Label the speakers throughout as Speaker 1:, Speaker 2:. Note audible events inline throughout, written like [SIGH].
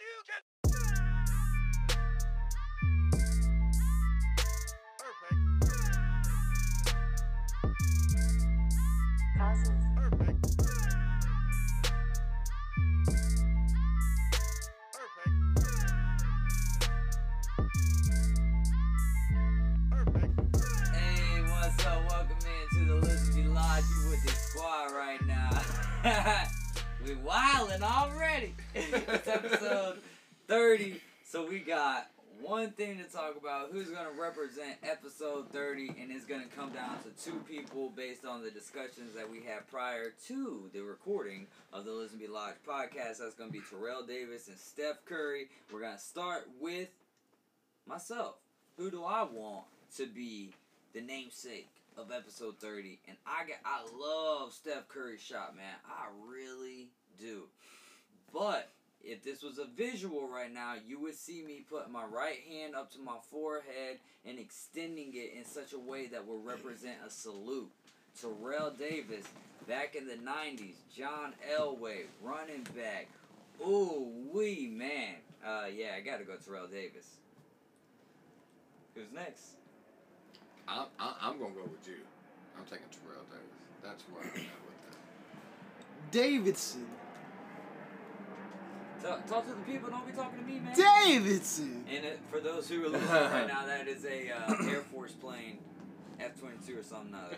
Speaker 1: You can Perfect.
Speaker 2: Causes.
Speaker 1: Perfect. Perfect. Perfect.
Speaker 3: Hey, what's up? Welcome in to the Lizzie Lodge. You with the squad right now. [LAUGHS] we wildin' already. [LAUGHS] it's episode 30. So we got one thing to talk about. Who's gonna represent episode 30? And it's gonna come down to two people based on the discussions that we had prior to the recording of the Lizzie Lodge podcast. That's gonna be Terrell Davis and Steph Curry. We're gonna start with myself. Who do I want to be the namesake of episode 30 and i get i love steph curry's shot man i really do but if this was a visual right now you would see me put my right hand up to my forehead and extending it in such a way that will represent a salute terrell davis back in the 90s john elway running back ooh wee man uh yeah i gotta go terrell davis who's next
Speaker 4: I'm, I'm, I'm gonna go with you. I'm taking Terrell Davis. That's where I'm at with that.
Speaker 5: Davidson.
Speaker 3: Talk, talk to the people. Don't be talking to me, man.
Speaker 5: Davidson.
Speaker 3: And it, for those who are listening right now, that is a uh, Air Force plane, F twenty two or something uh,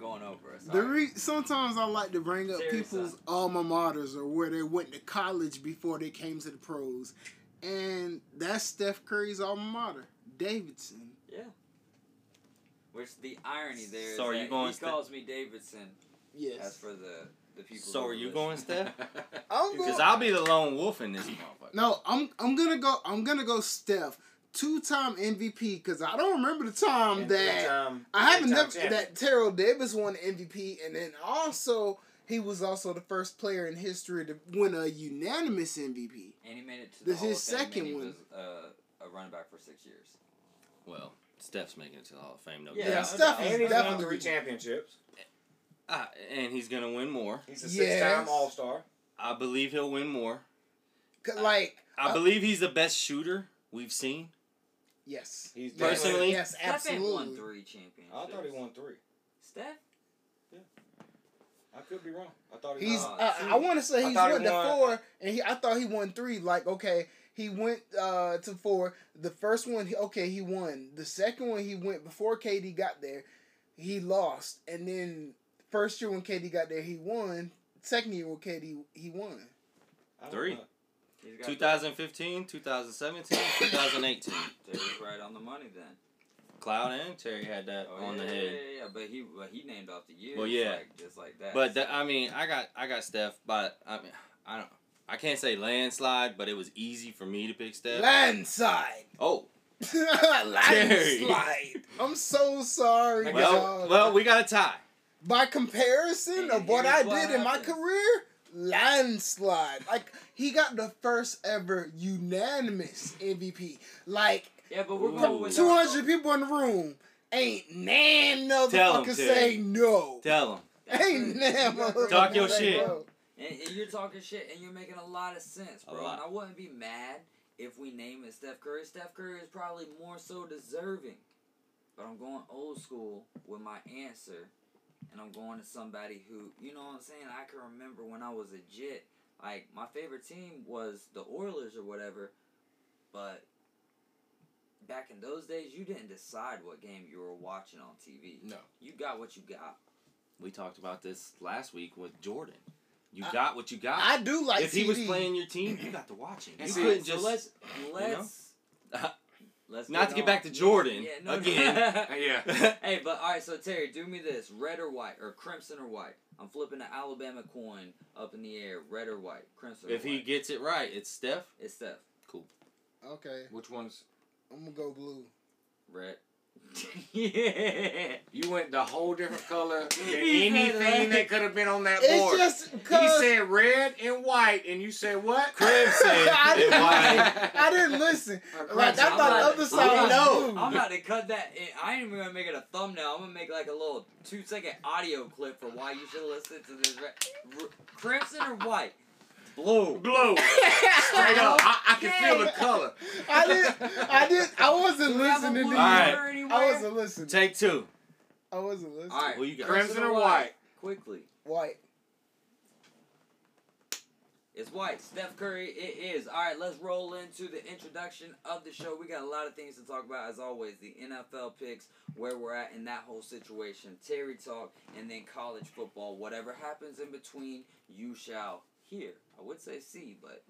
Speaker 3: going over us.
Speaker 5: The
Speaker 3: All right.
Speaker 5: re- sometimes I like to bring up
Speaker 3: Serious,
Speaker 5: people's
Speaker 3: huh?
Speaker 5: alma maters or where they went to college before they came to the pros, and that's Steph Curry's alma mater, Davidson.
Speaker 3: yeah. Which the irony there is
Speaker 6: So are you
Speaker 3: that
Speaker 6: going
Speaker 3: he
Speaker 6: st-
Speaker 3: calls me Davidson. As
Speaker 5: Yes.
Speaker 3: for the the people.
Speaker 6: So
Speaker 3: who
Speaker 6: are you
Speaker 3: [LAUGHS]
Speaker 6: going, Steph?
Speaker 5: I'm
Speaker 6: Because
Speaker 5: go-
Speaker 6: I'll be the lone wolf in this motherfucker.
Speaker 5: no, I'm I'm gonna go. I'm gonna go Steph, two time MVP because I don't remember the time that
Speaker 3: um,
Speaker 5: I haven't never that Terrell Davis won MVP, and then also he was also the first player in history to win a unanimous MVP.
Speaker 3: And he made it to the
Speaker 5: This is
Speaker 3: Hall
Speaker 5: his
Speaker 3: of Fame, and
Speaker 5: second
Speaker 3: he
Speaker 5: one.
Speaker 3: Was, uh, a running back for six years.
Speaker 6: Well, Steph's making it to the Hall of Fame, no
Speaker 3: Yeah,
Speaker 5: Yeah,
Speaker 6: doubt.
Speaker 5: Steph is
Speaker 7: And he's won
Speaker 5: definitely
Speaker 7: three championships.
Speaker 6: Ah, and he's gonna win more.
Speaker 7: He's a
Speaker 5: Yes.
Speaker 7: six-time All Star.
Speaker 6: I believe he'll win more.
Speaker 5: 'Cause, like
Speaker 6: I
Speaker 5: Uh,
Speaker 6: believe he's the best shooter we've seen.
Speaker 5: yes,
Speaker 7: He's
Speaker 6: Personally-
Speaker 5: yes,
Speaker 3: Steph ain't won
Speaker 5: absolutely.
Speaker 3: three championships.
Speaker 7: I thought he won three.
Speaker 3: Steph.
Speaker 7: I could be wrong. I thought he
Speaker 5: He's uh,
Speaker 7: won.
Speaker 5: I, I want to say
Speaker 7: Oh, I
Speaker 5: he's
Speaker 7: thought he
Speaker 5: won the
Speaker 7: won-
Speaker 5: four, and he I thought he won three. Like okay, he went uh to four. The first one, he- okay, he won. The second one, he went before KD got there. He lost, and then first year when KD got there, he won. Second year when KD he won.
Speaker 7: I don't
Speaker 6: Three.
Speaker 7: know.
Speaker 3: He's got
Speaker 6: 2015, 2017, 2018.
Speaker 3: They was right on the money then.
Speaker 6: Cloud and Terry had that
Speaker 3: Oh,
Speaker 6: on
Speaker 3: yeah,
Speaker 6: the
Speaker 3: yeah,
Speaker 6: head.
Speaker 3: Yeah, yeah, but he but he named off the years.
Speaker 6: Well, yeah.
Speaker 3: like, just like that.
Speaker 6: But that, I mean, I got I got Steph, but I mean, I don't. I can't say landslide, but it was easy for me to pick Steph.
Speaker 5: Landslide. [LAUGHS]
Speaker 6: oh, Terry.
Speaker 5: Landslide. I'm so sorry,
Speaker 6: well,
Speaker 5: y'all.
Speaker 6: well, we got a tie.
Speaker 5: By comparison
Speaker 3: Hey,
Speaker 5: of what I
Speaker 3: here's
Speaker 5: did
Speaker 3: what
Speaker 5: in my
Speaker 3: happens.
Speaker 5: career, landslide. Like he got the first ever unanimous MVP. Like
Speaker 3: yeah, but we're
Speaker 6: Ooh.
Speaker 3: cool with
Speaker 5: two hundred people in the room. Ain't nan
Speaker 6: Tell 'em,
Speaker 5: motherfucker
Speaker 6: Terry.
Speaker 5: say no.
Speaker 6: Tell him.
Speaker 5: Ain't nan motherfucker
Speaker 6: Talk your
Speaker 5: say
Speaker 6: shit.
Speaker 5: no.
Speaker 3: And, and you're talking shit, and you're making a lot of sense,
Speaker 6: A
Speaker 3: bro.
Speaker 6: lot.
Speaker 3: And I wouldn't be mad if we name it Steph Curry. Steph Curry is probably more so deserving. But I'm going old school with my answer, and I'm going to somebody who, you know what I'm saying? I can remember when I was a jit. Like, my favorite team was the Oilers or whatever, but back in those days, you didn't decide what game you were watching on TV.
Speaker 4: No.
Speaker 3: You got what you got.
Speaker 6: We talked about this last week with Jordan. You got what you got.
Speaker 5: I do like
Speaker 6: if he was
Speaker 5: TD.
Speaker 6: playing your team, you got to watch him. You
Speaker 3: And
Speaker 4: see,
Speaker 6: couldn't
Speaker 3: so
Speaker 6: just
Speaker 3: let's let's [LAUGHS] let's
Speaker 6: not to get back to Jordan
Speaker 3: Yeah, no, no.
Speaker 6: again. [LAUGHS]
Speaker 4: Yeah.
Speaker 3: [LAUGHS] hey, but all right. So Terry, do me this: red or white, or crimson or white. I'm flipping the Alabama coin up in the air: red or white, crimson.
Speaker 6: if
Speaker 3: or
Speaker 6: he
Speaker 3: white.
Speaker 6: gets it right, it's Steph.
Speaker 3: it's Steph,
Speaker 5: Okay,
Speaker 4: Which one's
Speaker 5: I'm gonna go blue.
Speaker 6: [LAUGHS]
Speaker 3: red. [LAUGHS] yeah.
Speaker 4: you went the whole different color than
Speaker 3: He said
Speaker 4: anything
Speaker 3: red.
Speaker 4: that could have been on that
Speaker 5: It's
Speaker 4: board.
Speaker 5: just
Speaker 4: he
Speaker 5: cause
Speaker 4: said red and white, and you said what?
Speaker 6: Crimson
Speaker 5: [LAUGHS] I
Speaker 6: and
Speaker 5: didn't
Speaker 6: white.
Speaker 5: listen. I didn't listen. Like I
Speaker 3: I'm
Speaker 5: thought
Speaker 3: not-
Speaker 5: the other
Speaker 3: I'm
Speaker 5: side was
Speaker 3: not-
Speaker 5: blue.
Speaker 3: I'm about to cut that. In. I ain't even gonna make it a thumbnail. I'm gonna make like a little two second audio clip for why you should listen to this. Red, r- crimson or white? Blue.
Speaker 4: Blow. Straight up. I, I can feel the color.
Speaker 5: I did. I did. I wasn't
Speaker 3: Do we have a
Speaker 5: listening to
Speaker 3: blue
Speaker 5: you.
Speaker 6: Alright.
Speaker 3: letter anywhere?
Speaker 5: I wasn't listening.
Speaker 6: [LAUGHS] Take two.
Speaker 5: I wasn't listening.
Speaker 3: All right.
Speaker 6: Who you got?
Speaker 4: Crimson or white?
Speaker 3: Quickly.
Speaker 5: White.
Speaker 3: It's white. Steph Curry, it is. All right, let's roll into the introduction of the show. We got a lot of things to talk about, as always the NFL picks, where we're at in that whole situation, Terry talk, and then college football. Whatever happens in between, you shall hear. I would say see, but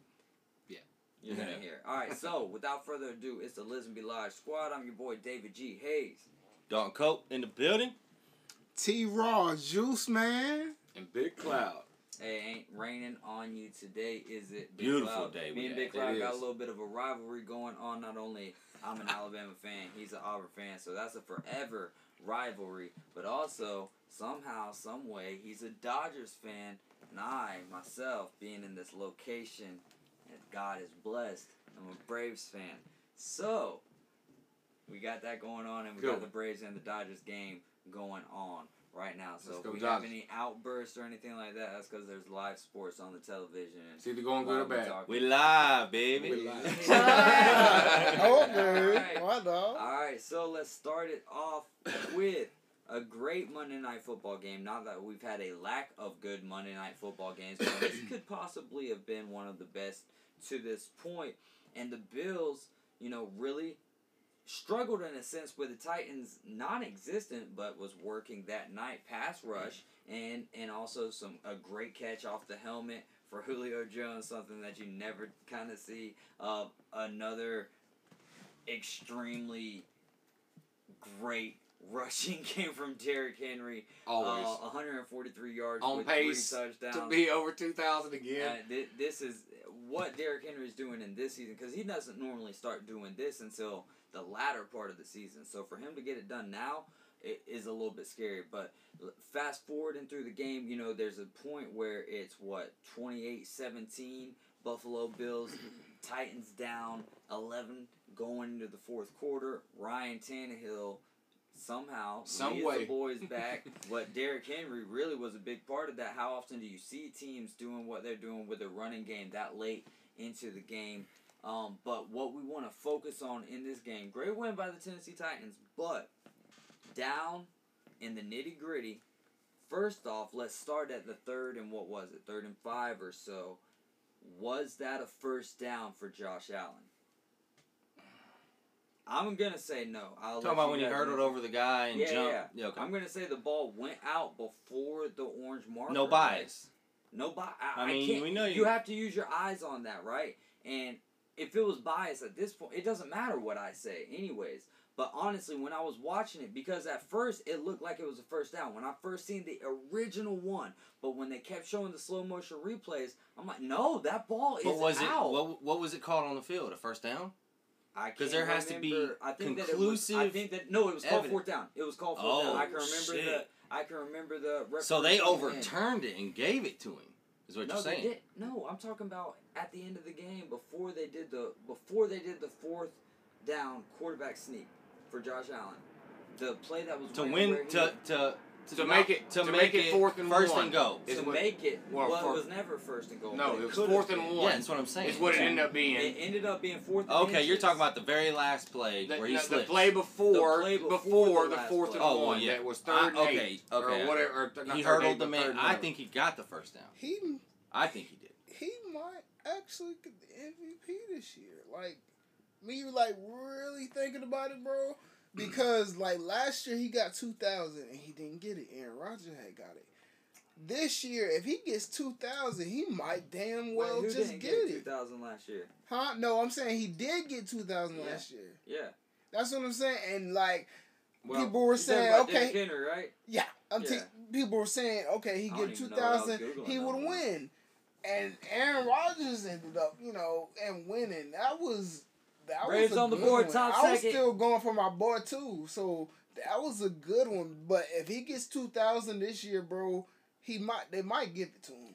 Speaker 3: you're going to hear. All right, so without further ado, it's the Lisbon Be Lodge squad. I'm your boy, David G. Hayes.
Speaker 6: Dalton Cope in the building.
Speaker 5: T Raw Juice
Speaker 3: [LAUGHS]
Speaker 5: Man.
Speaker 4: And Big Cloud.
Speaker 3: Hey, ain't raining on you today, is it? Big
Speaker 6: Beautiful
Speaker 3: Cloud?
Speaker 6: day
Speaker 3: Me
Speaker 6: we
Speaker 3: and
Speaker 6: had.
Speaker 3: Big Cloud
Speaker 4: It
Speaker 3: got a
Speaker 4: is.
Speaker 3: little bit of a rivalry going on. Not only I'm an Alabama fan, he's an Auburn fan, so that's a forever rivalry. But also, somehow, some way, he's a Dodgers fan, and I myself, being in this location, and God is blessed, I'm a Braves fan. So we got that going on, and we
Speaker 4: Cool.
Speaker 3: got the Braves and the Dodgers game going on right now. So
Speaker 4: Let's
Speaker 3: if
Speaker 4: go
Speaker 3: we have
Speaker 4: Dodgers.
Speaker 3: any outbursts or anything like that, that's because there's live sports on the television. And
Speaker 4: It's either going good or
Speaker 3: live we
Speaker 4: bad.
Speaker 3: talk-
Speaker 6: We live, baby. [LAUGHS]
Speaker 4: We live.
Speaker 5: oh man,
Speaker 3: Alright.
Speaker 5: my dog.
Speaker 3: All right, so let's start it off [COUGHS] with a great Monday night football game. Not that we've had a lack of good Monday night football games, but this could possibly have been one of the best to this point. And the Bills, you know, really struggled in a sense with the Titans non-existent, but was working that night pass rush and and also some a great catch off the helmet for [LAUGHS] Julio Jones, something that you never kind of see. Uh, another extremely great rushing [LAUGHS] game from Derrick Henry.
Speaker 4: Always.
Speaker 3: Uh, 143 yards
Speaker 4: On
Speaker 3: with
Speaker 4: pace
Speaker 3: three touchdowns.
Speaker 4: to be over 2,000 again.
Speaker 3: Uh, thi- this is what Derrick Henry's doing in this season because he doesn't normally start doing this until the latter part of the season. So for him to get it done now i- is a little bit scary. But l- fast forwarding through the game, you know, there's a point where it's what 28 17, Buffalo Bills, [CLEARS THROAT] Titans down 11 going into the fourth quarter. Ryan Tannehill. Somehow,
Speaker 4: Some
Speaker 3: leads the
Speaker 4: way.
Speaker 3: boys
Speaker 4: [LAUGHS]
Speaker 3: back, but Derrick Henry really was a big part of that. How often do you see teams doing what they're doing with their running game that late into the game? Um, but what we want to focus on in this game, great win by the Tennessee Titans, but down in the nitty gritty. First off, let's start at the third and what was it, third and five or so. Was that a first down for Josh Allen? I'm gonna say no. I'll
Speaker 6: Talking
Speaker 3: let
Speaker 6: about
Speaker 3: you
Speaker 6: when he
Speaker 3: guys
Speaker 6: hurdled
Speaker 3: answer.
Speaker 6: over the guy and
Speaker 3: Yeah,
Speaker 6: jumped.
Speaker 3: yeah.
Speaker 6: Yeah, okay.
Speaker 3: I'm gonna say the ball went out before the orange marker.
Speaker 6: no bias.
Speaker 3: No bias.
Speaker 6: I
Speaker 3: I,
Speaker 6: mean,
Speaker 3: can't,
Speaker 6: we know
Speaker 3: you.
Speaker 6: you-
Speaker 3: have to use your eyes on that, right? And if it was bias at this point, it doesn't matter what I say, anyways. But honestly, when I was watching it, because at first it looked like it was a first down. When I first seen the original one, but when they kept showing the slow motion replays, I'm like, no, that ball is
Speaker 6: But was
Speaker 3: out.
Speaker 6: it what, what was it called on the field? A first down?
Speaker 3: I can't
Speaker 6: 'Cause there has to be
Speaker 3: remember. I think That it was, I
Speaker 6: conclusive
Speaker 3: think that no, it was called
Speaker 6: evidence.
Speaker 3: fourth down. It was called fourth
Speaker 6: Oh,
Speaker 3: down. I can remember
Speaker 6: shit.
Speaker 3: the. I can remember the.
Speaker 6: So
Speaker 3: referee
Speaker 6: they
Speaker 3: coming in.
Speaker 6: overturned it and gave it to him. Is what
Speaker 3: no,
Speaker 6: you're
Speaker 3: they
Speaker 6: saying?
Speaker 3: did- No, I'm talking about at the end of the game before they did the before they did the fourth down quarterback sneak for Josh Allen. The play that was
Speaker 6: To
Speaker 3: ran where
Speaker 6: win
Speaker 3: he-
Speaker 6: to to
Speaker 4: To
Speaker 6: not-
Speaker 4: make it- to make it fourth and
Speaker 6: first
Speaker 4: one.
Speaker 6: and go.
Speaker 4: It's
Speaker 3: to
Speaker 4: what-
Speaker 3: make it.
Speaker 4: well,
Speaker 3: well,
Speaker 4: for-
Speaker 3: it was never first and goal.
Speaker 4: No,
Speaker 3: but
Speaker 4: it was
Speaker 3: could've
Speaker 4: fourth and
Speaker 3: been.
Speaker 4: one.
Speaker 6: Yeah, that's what I'm saying.
Speaker 4: It's what it ended up
Speaker 3: It
Speaker 4: being.
Speaker 3: ended up being fourth. And
Speaker 6: Okay, you're
Speaker 3: inches.
Speaker 6: talking about the very last play
Speaker 4: The,
Speaker 6: where he
Speaker 4: the- the
Speaker 6: slips.
Speaker 4: play before,
Speaker 3: The play
Speaker 4: before,
Speaker 3: before the
Speaker 4: the,
Speaker 3: last
Speaker 4: fourth
Speaker 3: play.
Speaker 4: and
Speaker 6: Oh,
Speaker 4: one
Speaker 6: well, yeah.
Speaker 4: that was
Speaker 6: I-
Speaker 4: third and
Speaker 6: okay,
Speaker 4: eight,
Speaker 6: okay.
Speaker 4: or whatever. Or, th- not
Speaker 6: he
Speaker 4: third and
Speaker 6: hurdled
Speaker 4: eight,
Speaker 6: the
Speaker 4: but
Speaker 6: man.
Speaker 4: third and
Speaker 6: I
Speaker 4: one.
Speaker 6: think he got the first down.
Speaker 5: He
Speaker 6: I think he did.
Speaker 5: he might actually get the MVP this year. Like me, like really thinking about it, bro. Because like last year he got two thousand and he didn't get it. Aaron Rodgers had got it. This year, if he gets two thousand, he might damn
Speaker 3: Wait,
Speaker 5: well
Speaker 3: who
Speaker 5: just
Speaker 3: didn't
Speaker 5: get
Speaker 3: get
Speaker 5: it.
Speaker 3: 2000 last year.
Speaker 5: Huh? No, I'm saying he did get two thousand
Speaker 3: Yeah.
Speaker 5: last year.
Speaker 3: Yeah.
Speaker 5: That's what I'm saying. And like
Speaker 3: Well,
Speaker 5: people were
Speaker 3: you're talking
Speaker 5: saying,
Speaker 3: about
Speaker 5: okay,
Speaker 3: Derrick Henry, right?
Speaker 5: Yeah, I'm t-
Speaker 3: Yeah.
Speaker 5: people were saying, okay, he get
Speaker 3: I don't
Speaker 5: two
Speaker 3: even know what I was
Speaker 5: thousand,
Speaker 3: Googling
Speaker 5: he
Speaker 3: that
Speaker 5: would
Speaker 3: one.
Speaker 5: win. And Aaron Rodgers ended up, you know, and winning. That was that
Speaker 3: Braves
Speaker 5: was a
Speaker 3: on the
Speaker 5: good
Speaker 3: board,
Speaker 5: one.
Speaker 3: top
Speaker 5: I was
Speaker 3: second.
Speaker 5: still going for my boy too, so that was a good one. But if he gets two thousand this year, bro, he might they might give it to him.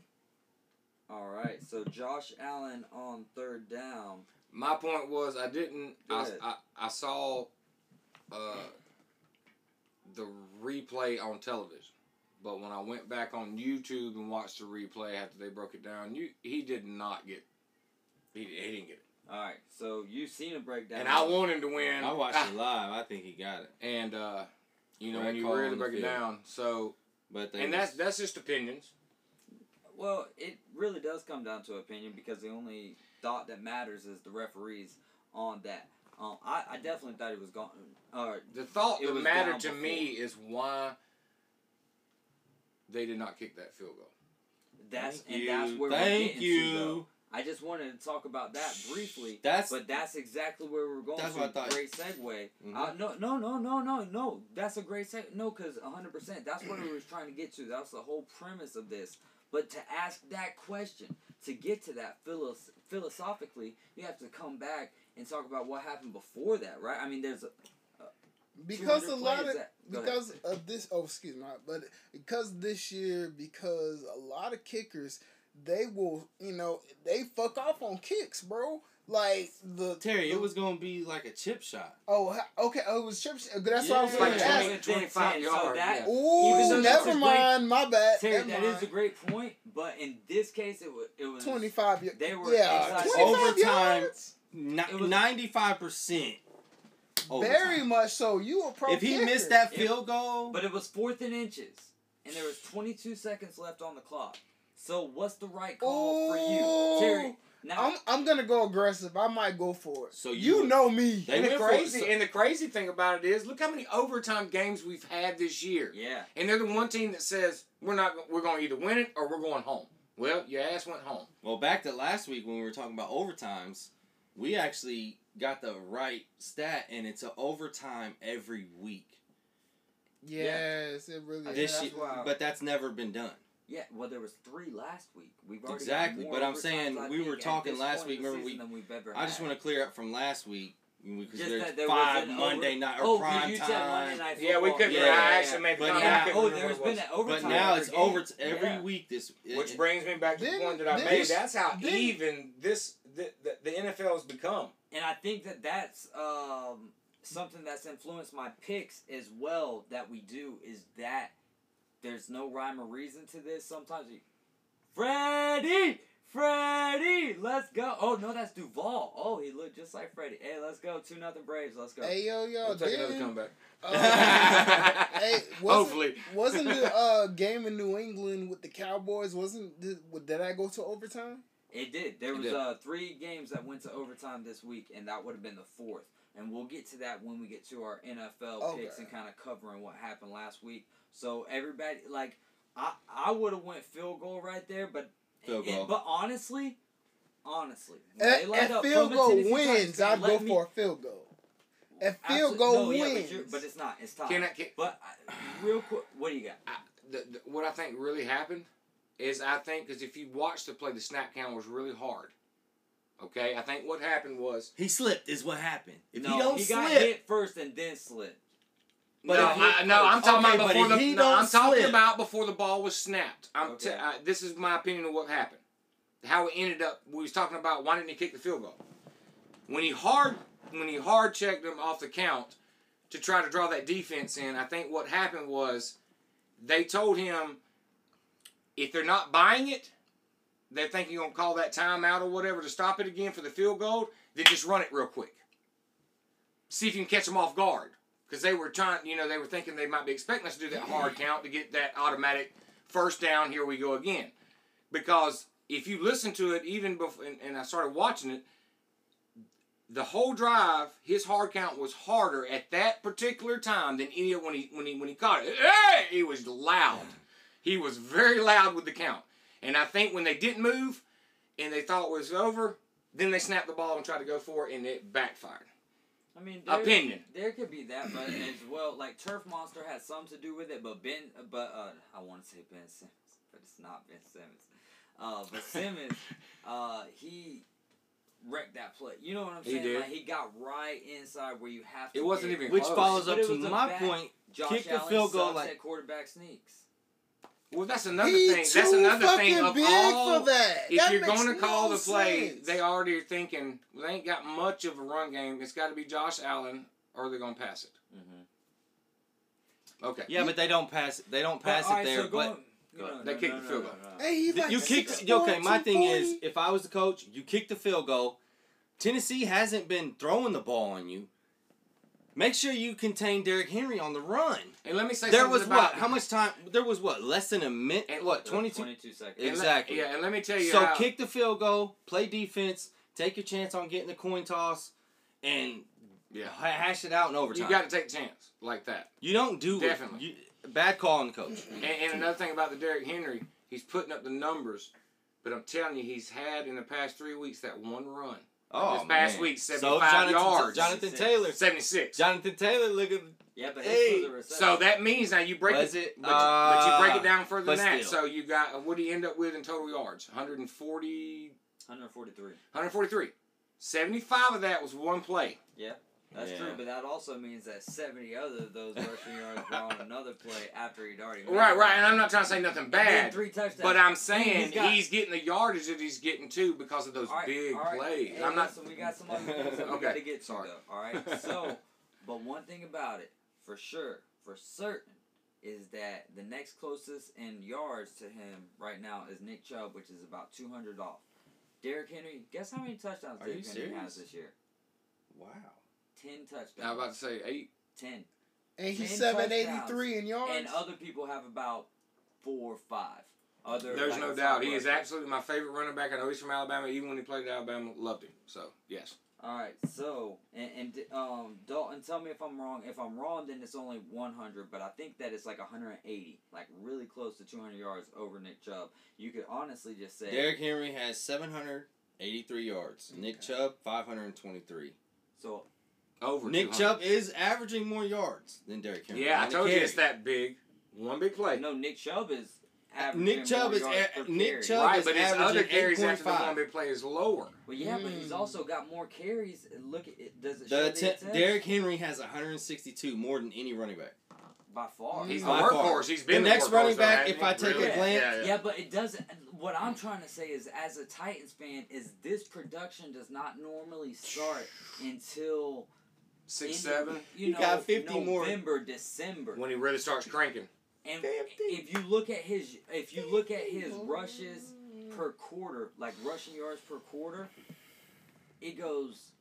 Speaker 3: All right. So Josh Allen on third down.
Speaker 4: My point was, I didn't.
Speaker 3: Go
Speaker 4: I,
Speaker 3: ahead.
Speaker 4: I I saw uh, the replay on television,
Speaker 7: But when I went back on YouTube and watched the replay after they broke it down, you he did not get. He, he didn't get it,
Speaker 3: All right, so you've seen a breakdown.
Speaker 7: and I want him to win.
Speaker 6: I watched
Speaker 4: [LAUGHS]
Speaker 7: Ah.
Speaker 6: it live. I think he got it,
Speaker 7: And uh, you know
Speaker 6: Right
Speaker 7: when you
Speaker 6: call
Speaker 7: really
Speaker 6: on the
Speaker 7: break it
Speaker 6: field.
Speaker 7: down, so
Speaker 6: but they
Speaker 7: and
Speaker 6: was-
Speaker 7: that's that's just opinions.
Speaker 3: Well, it really does come down to opinion because the only thought that matters is the referees on that. Um, I, I definitely thought it was gone. uh, Or
Speaker 7: The thought
Speaker 3: It
Speaker 7: that
Speaker 3: was
Speaker 7: mattered
Speaker 3: down
Speaker 7: to
Speaker 3: before.
Speaker 7: me is why they did not kick that field goal.
Speaker 3: that's
Speaker 6: Thank
Speaker 3: and that's
Speaker 6: you.
Speaker 3: where we're
Speaker 6: Thank
Speaker 3: getting
Speaker 6: you.
Speaker 3: to. Though. I just wanted to talk about that briefly.
Speaker 6: That's
Speaker 3: But that's exactly where we're going.
Speaker 6: That's
Speaker 3: to.
Speaker 6: what I thought.
Speaker 3: Great segue.
Speaker 6: Mhm.
Speaker 3: Uh, no, no, no, no, no, no. That's a great segue. No, because 100%. That's what we was trying to get to. That's the whole premise of this. But to ask that question, to get to that philos- philosophically, you have to come back and talk about what happened before that, right? I mean, there's a,
Speaker 5: because
Speaker 3: 200
Speaker 5: a lot
Speaker 3: plays
Speaker 5: of
Speaker 3: that- go ahead.
Speaker 5: because of this oh excuse me but because this year because a lot of kickers they will you know they fuck off on kicks bro like the
Speaker 6: Terry.
Speaker 5: the-
Speaker 6: It was gonna be like a chip shot.
Speaker 5: oh ha- okay oh, it was chip sh- that's what I was
Speaker 6: Yeah.
Speaker 5: going
Speaker 7: Like
Speaker 5: to ask
Speaker 7: 20 25
Speaker 3: So
Speaker 7: yards,
Speaker 3: that-
Speaker 7: yeah.
Speaker 3: Even though
Speaker 5: ooh
Speaker 3: that's a
Speaker 5: never
Speaker 3: great-
Speaker 5: mind my bad
Speaker 3: Terry,
Speaker 5: never
Speaker 3: that
Speaker 5: mind.
Speaker 3: is a great point, but in this case, it was it was
Speaker 5: 25 yards
Speaker 3: They were
Speaker 5: yeah
Speaker 3: inside
Speaker 5: 25
Speaker 6: overtime.
Speaker 5: yards
Speaker 3: It was-
Speaker 6: Ninety five percent.
Speaker 5: very much so you a pro
Speaker 6: If he
Speaker 5: kicker.
Speaker 6: missed that
Speaker 3: If-
Speaker 6: field goal,
Speaker 3: But it was fourth and inches, and there was 22 seconds left on the clock. So what's the right call
Speaker 5: Ooh.
Speaker 3: for you, Terry? Now,
Speaker 5: Oh, I'm, I'm gonna go aggressive I might go for it
Speaker 6: So
Speaker 5: you,
Speaker 6: you-
Speaker 5: know me
Speaker 6: They
Speaker 7: and the
Speaker 6: went for it,
Speaker 7: crazy
Speaker 6: so-
Speaker 7: and the crazy thing about it is, look how many overtime games we've had this year.
Speaker 3: yeah,
Speaker 7: And they're the one team that says we're not we're going to either win it or we're going home. Well, your ass went home.
Speaker 6: well, back to last week when we were talking about overtimes, we actually got the right stat, and it's an overtime every week.
Speaker 5: yes it really
Speaker 3: Yeah,
Speaker 5: is.
Speaker 6: this
Speaker 3: that's
Speaker 6: year,
Speaker 3: why-
Speaker 6: but that's never been done.
Speaker 3: yeah. Well, there was three last week. We've already
Speaker 6: Exactly,
Speaker 3: got more
Speaker 6: but I'm
Speaker 3: overtimes,
Speaker 6: saying
Speaker 3: I
Speaker 6: we
Speaker 3: think,
Speaker 6: were
Speaker 3: at
Speaker 6: talking
Speaker 3: this
Speaker 6: last
Speaker 3: point
Speaker 6: week,
Speaker 3: in the
Speaker 6: remember
Speaker 3: season than we've ever
Speaker 6: I just
Speaker 3: had.
Speaker 6: want to clear up from last week because
Speaker 3: Just
Speaker 6: there's
Speaker 3: that there was
Speaker 6: five
Speaker 3: an over-
Speaker 6: Monday night or
Speaker 3: oh,
Speaker 6: prime
Speaker 3: you said Monday
Speaker 6: time.
Speaker 3: night
Speaker 7: Yeah, we
Speaker 3: football.
Speaker 7: couldn't.
Speaker 6: Yeah,
Speaker 7: I
Speaker 6: yeah,
Speaker 7: actually made the
Speaker 6: But
Speaker 7: comment, I
Speaker 6: now-
Speaker 7: couldn't
Speaker 3: oh,
Speaker 7: remember
Speaker 3: there's
Speaker 7: what it
Speaker 3: been
Speaker 7: was.
Speaker 3: an overtime.
Speaker 6: But now
Speaker 3: every
Speaker 6: it's
Speaker 3: game.
Speaker 6: over t- every
Speaker 3: Yeah.
Speaker 6: week. This
Speaker 8: Which
Speaker 6: it- [LAUGHS]
Speaker 8: brings me back to the
Speaker 5: Then-
Speaker 8: point that I
Speaker 5: then-
Speaker 8: made. That's how
Speaker 5: then-
Speaker 8: even this the, the, the NFL's become.
Speaker 3: and I think that that's um, something that's influenced my picks as well. That we do is that there's no rhyme or reason to this. Sometimes you, Freddie, Freddie, let's go. Oh no, that's Duval. Oh, he looked just like Freddie. Hey, let's go. Two nothing Braves. Let's go.
Speaker 5: Hey yo yo,
Speaker 7: We'll take
Speaker 5: then,
Speaker 7: another comeback.
Speaker 3: Oh. [LAUGHS]
Speaker 5: uh, [LAUGHS] hey, wasn't,
Speaker 7: Hopefully.
Speaker 5: wasn't
Speaker 7: [LAUGHS]
Speaker 5: the uh, game in New England with the Cowboys? Wasn't did, did I go to overtime?
Speaker 3: It did. There
Speaker 7: It
Speaker 3: was
Speaker 7: did.
Speaker 3: Uh, three games that went to overtime this week, and that would have been the fourth. And we'll get to that when we get to our NFL picks
Speaker 5: Okay.
Speaker 3: and kind of covering what happened last week. So everybody, like, I I would have went field goal right there, but
Speaker 6: Field
Speaker 3: and-
Speaker 6: goal.
Speaker 3: but honestly, honestly, when they
Speaker 5: If,
Speaker 3: lined
Speaker 5: if
Speaker 3: up,
Speaker 5: field
Speaker 3: Clemson,
Speaker 5: goal
Speaker 3: Tennessee
Speaker 5: wins,
Speaker 3: Titans,
Speaker 5: I'd
Speaker 3: let
Speaker 5: go
Speaker 3: me-
Speaker 5: for a field goal. If
Speaker 3: absolute-
Speaker 5: field goal
Speaker 3: no, yeah, but
Speaker 5: wins,
Speaker 3: you're- but, it's not. It's tied.
Speaker 7: Can I can,
Speaker 3: but I, real quick, what do you got?
Speaker 7: the, the, what I think really happened is I think because if you watched the play, the snap count was really hard. Okay, I think what happened was
Speaker 6: he slipped is what happened. If
Speaker 3: no,
Speaker 6: he don't
Speaker 3: got
Speaker 6: slip,
Speaker 3: hit first and then slip.
Speaker 6: But
Speaker 7: no,
Speaker 6: if he-
Speaker 7: I, no, I'm talking
Speaker 6: okay,
Speaker 7: about
Speaker 6: but
Speaker 7: before
Speaker 6: if
Speaker 7: the.
Speaker 6: he
Speaker 7: No,
Speaker 6: don't
Speaker 7: I'm talking
Speaker 6: slip-
Speaker 7: about before the ball was snapped. I'm
Speaker 3: Okay.
Speaker 7: t- I, this is my opinion of what happened, how it ended up. We was talking about why didn't he kick the field goal? When he hard, when he hard checked him off the count to try to draw that defense in, I think what happened was they told him if they're not buying it, they think you're gonna call that timeout or whatever to stop it again for the field goal. Then just run it real quick. See if you can catch them off guard because they were trying. You know, they were thinking they might be expecting us to do that hard count to get that automatic first down. Here we go again. Because if you listen to it, even before, and, and I started watching it, the whole drive, his hard count was harder at that particular time than any when he when he when he caught it. Hey, he was loud. He was very loud with the count. And I think when they didn't move and they thought it was over, then they snapped the ball and tried to go for it, and it backfired.
Speaker 3: I mean, there-
Speaker 7: Opinion.
Speaker 3: There could be that, but as well, like Turf Monster had some to do with it. But Ben, but uh, I want to say Ben Simmons, but it's not Ben Simmons. Uh, but
Speaker 7: [LAUGHS]
Speaker 3: Simmons, uh, he wrecked that play. You know what I'm
Speaker 7: He
Speaker 3: saying?
Speaker 7: did.
Speaker 3: Like he got right inside where you have to.
Speaker 7: It wasn't
Speaker 3: get.
Speaker 7: even
Speaker 6: which
Speaker 7: close.
Speaker 6: follows
Speaker 3: But
Speaker 6: up
Speaker 3: it
Speaker 6: to
Speaker 3: was a
Speaker 6: my
Speaker 3: bad-
Speaker 6: point.
Speaker 3: Josh
Speaker 6: kick the
Speaker 3: Allen
Speaker 6: field goal,
Speaker 3: sucks
Speaker 6: like-
Speaker 3: at quarterback sneaks.
Speaker 7: Well, that's another
Speaker 5: he
Speaker 7: thing.
Speaker 5: too
Speaker 7: That's another
Speaker 5: fucking
Speaker 7: thing of
Speaker 5: big
Speaker 7: all.
Speaker 5: for that.
Speaker 7: If
Speaker 5: That
Speaker 7: you're
Speaker 5: makes
Speaker 7: going to call
Speaker 5: no
Speaker 7: the play,
Speaker 5: sense.
Speaker 7: they already are thinking well, they ain't got much of a run game. It's got to be Josh Allen, or they're gonna pass it.
Speaker 3: Mm-hmm.
Speaker 7: Okay.
Speaker 6: Yeah, but they don't pass. They don't pass it there. but
Speaker 7: They kicked the field goal.
Speaker 5: Hey, he like
Speaker 6: you kick.
Speaker 5: six
Speaker 6: Okay,
Speaker 5: point
Speaker 6: my
Speaker 5: two
Speaker 6: thing is,
Speaker 5: forty.
Speaker 6: if I was the coach, you kick the field goal. Tennessee hasn't been throwing the ball on you. Make sure you contain Derrick Henry on the run.
Speaker 7: Hey, let me say
Speaker 6: There
Speaker 7: something
Speaker 6: was
Speaker 7: about
Speaker 6: what? How much time? There was what? Less than a minute.
Speaker 7: And
Speaker 6: What?
Speaker 7: look,
Speaker 6: Twenty two.
Speaker 3: 22 seconds.
Speaker 7: and let-
Speaker 6: Exactly.
Speaker 7: yeah, and let me tell you.
Speaker 6: So
Speaker 7: how-
Speaker 6: kick the field goal, play defense, take your chance on getting the coin toss, and
Speaker 7: Yeah.
Speaker 6: ha- hash it out in overtime.
Speaker 7: You got to take chance like that.
Speaker 6: You don't do
Speaker 7: Definitely.
Speaker 6: It. You, bad call on the coach.
Speaker 7: And, and
Speaker 6: Mm-hmm.
Speaker 7: another thing about the Derrick Henry, he's putting up the numbers, but I'm telling you, he's had in the past three weeks that one run,
Speaker 6: Oh,
Speaker 7: This past
Speaker 6: man.
Speaker 7: week,
Speaker 6: So
Speaker 7: 75
Speaker 6: Jonathan,
Speaker 7: yards.
Speaker 6: Jonathan Taylor.
Speaker 7: seventy six.
Speaker 6: Jonathan Taylor, look at.
Speaker 3: Yeah, but
Speaker 6: Hey,
Speaker 3: hey,
Speaker 7: So that means now you break
Speaker 6: Was
Speaker 7: it,
Speaker 6: it,
Speaker 7: but, you- but you break
Speaker 6: uh,
Speaker 7: it down further than
Speaker 6: but
Speaker 7: that.
Speaker 6: still.
Speaker 7: So you got uh, what do you end up with in total yards? 140,
Speaker 3: 143.
Speaker 7: 143. 75 of that was one play.
Speaker 3: That's
Speaker 6: Yeah.
Speaker 3: true, but that also means that 70 other of those rushing yards were
Speaker 6: [LAUGHS]
Speaker 3: on another play after he'd already. made
Speaker 7: Right,
Speaker 3: it.
Speaker 7: right. And I'm not trying to say nothing
Speaker 3: And then
Speaker 7: bad,
Speaker 3: Three touchdowns.
Speaker 7: but I'm saying
Speaker 3: He's
Speaker 7: he's,
Speaker 3: got-
Speaker 7: getting the yardage that he's getting too because of those
Speaker 3: All right,
Speaker 7: big
Speaker 3: all right.
Speaker 7: plays.
Speaker 3: Hey,
Speaker 7: I'm not.
Speaker 3: listen, we got some other things that we
Speaker 7: Okay,
Speaker 3: got to get to,
Speaker 7: sorry.
Speaker 3: though. All
Speaker 7: [LAUGHS]
Speaker 3: right. So, but one thing about it, for sure, for certain, is that the next closest in yards to him right now is Nick Chubb, which is about 200 off. Derrick Henry, guess how many touchdowns
Speaker 6: Are you
Speaker 3: Derrick Henry has
Speaker 6: serious?
Speaker 3: this year?
Speaker 6: Wow.
Speaker 3: 10 touchdowns.
Speaker 7: I was about to say eight.
Speaker 3: 10.
Speaker 5: And he's
Speaker 3: Ten
Speaker 5: seven eighty three in yards.
Speaker 3: And other people have about four or five. Other
Speaker 7: There's
Speaker 3: like,
Speaker 7: no doubt. He is
Speaker 3: rushers.
Speaker 7: absolutely my favorite running back. I know he's from Alabama. Even when he played at Alabama, loved him. So yes.
Speaker 3: All right, so and, and um Dalton, tell me if I'm wrong. If I'm wrong, then it's only 100, but I think that it's like 180, like really close to 200 yards over Nick Chubb. You could honestly just say
Speaker 6: Derrick Henry has 783 yards. Nick Chubb 523.
Speaker 3: so.
Speaker 7: Over.
Speaker 6: Nick
Speaker 7: 200.
Speaker 6: Chubb is averaging more yards than Derrick Henry.
Speaker 7: Yeah, I
Speaker 6: on the
Speaker 7: told you
Speaker 6: carry.
Speaker 7: it's that big. One big play.
Speaker 3: No, Nick Chubb is. averaging
Speaker 6: Nick Chubb
Speaker 3: more
Speaker 6: is
Speaker 3: yards
Speaker 6: a-
Speaker 3: per
Speaker 6: Nick
Speaker 3: carry.
Speaker 6: Chubb-
Speaker 7: right,
Speaker 6: is
Speaker 7: but his other
Speaker 6: averaging
Speaker 7: carries after the
Speaker 6: 8.5.
Speaker 7: one big play is lower.
Speaker 3: Well, yeah, but he's
Speaker 5: Mm.
Speaker 3: also got more carries. Look, at it does it show
Speaker 6: Hmm. The
Speaker 3: the
Speaker 6: att-
Speaker 3: attempts?
Speaker 6: Derrick Henry has 162 more than any running back.
Speaker 3: by far.
Speaker 7: He's the
Speaker 6: By far.
Speaker 7: workhorse. He's been
Speaker 6: The next
Speaker 7: workhorse,
Speaker 6: running
Speaker 7: though,
Speaker 6: back,
Speaker 7: hasn't
Speaker 6: if
Speaker 7: he?
Speaker 6: I take
Speaker 3: a
Speaker 7: Really?
Speaker 6: glance-
Speaker 7: Yeah, yeah.
Speaker 3: Yeah, but it doesn't. What I'm trying to say is, as a Titans fan, is this production does not normally start until
Speaker 7: Six,
Speaker 3: end of-
Speaker 7: seven.
Speaker 6: He
Speaker 3: You know,
Speaker 6: got 50 more.
Speaker 3: November, December,
Speaker 7: When he really starts cranking.
Speaker 3: and if you look at his, if you look at his rushes per quarter, like rushing yards per quarter, it goes.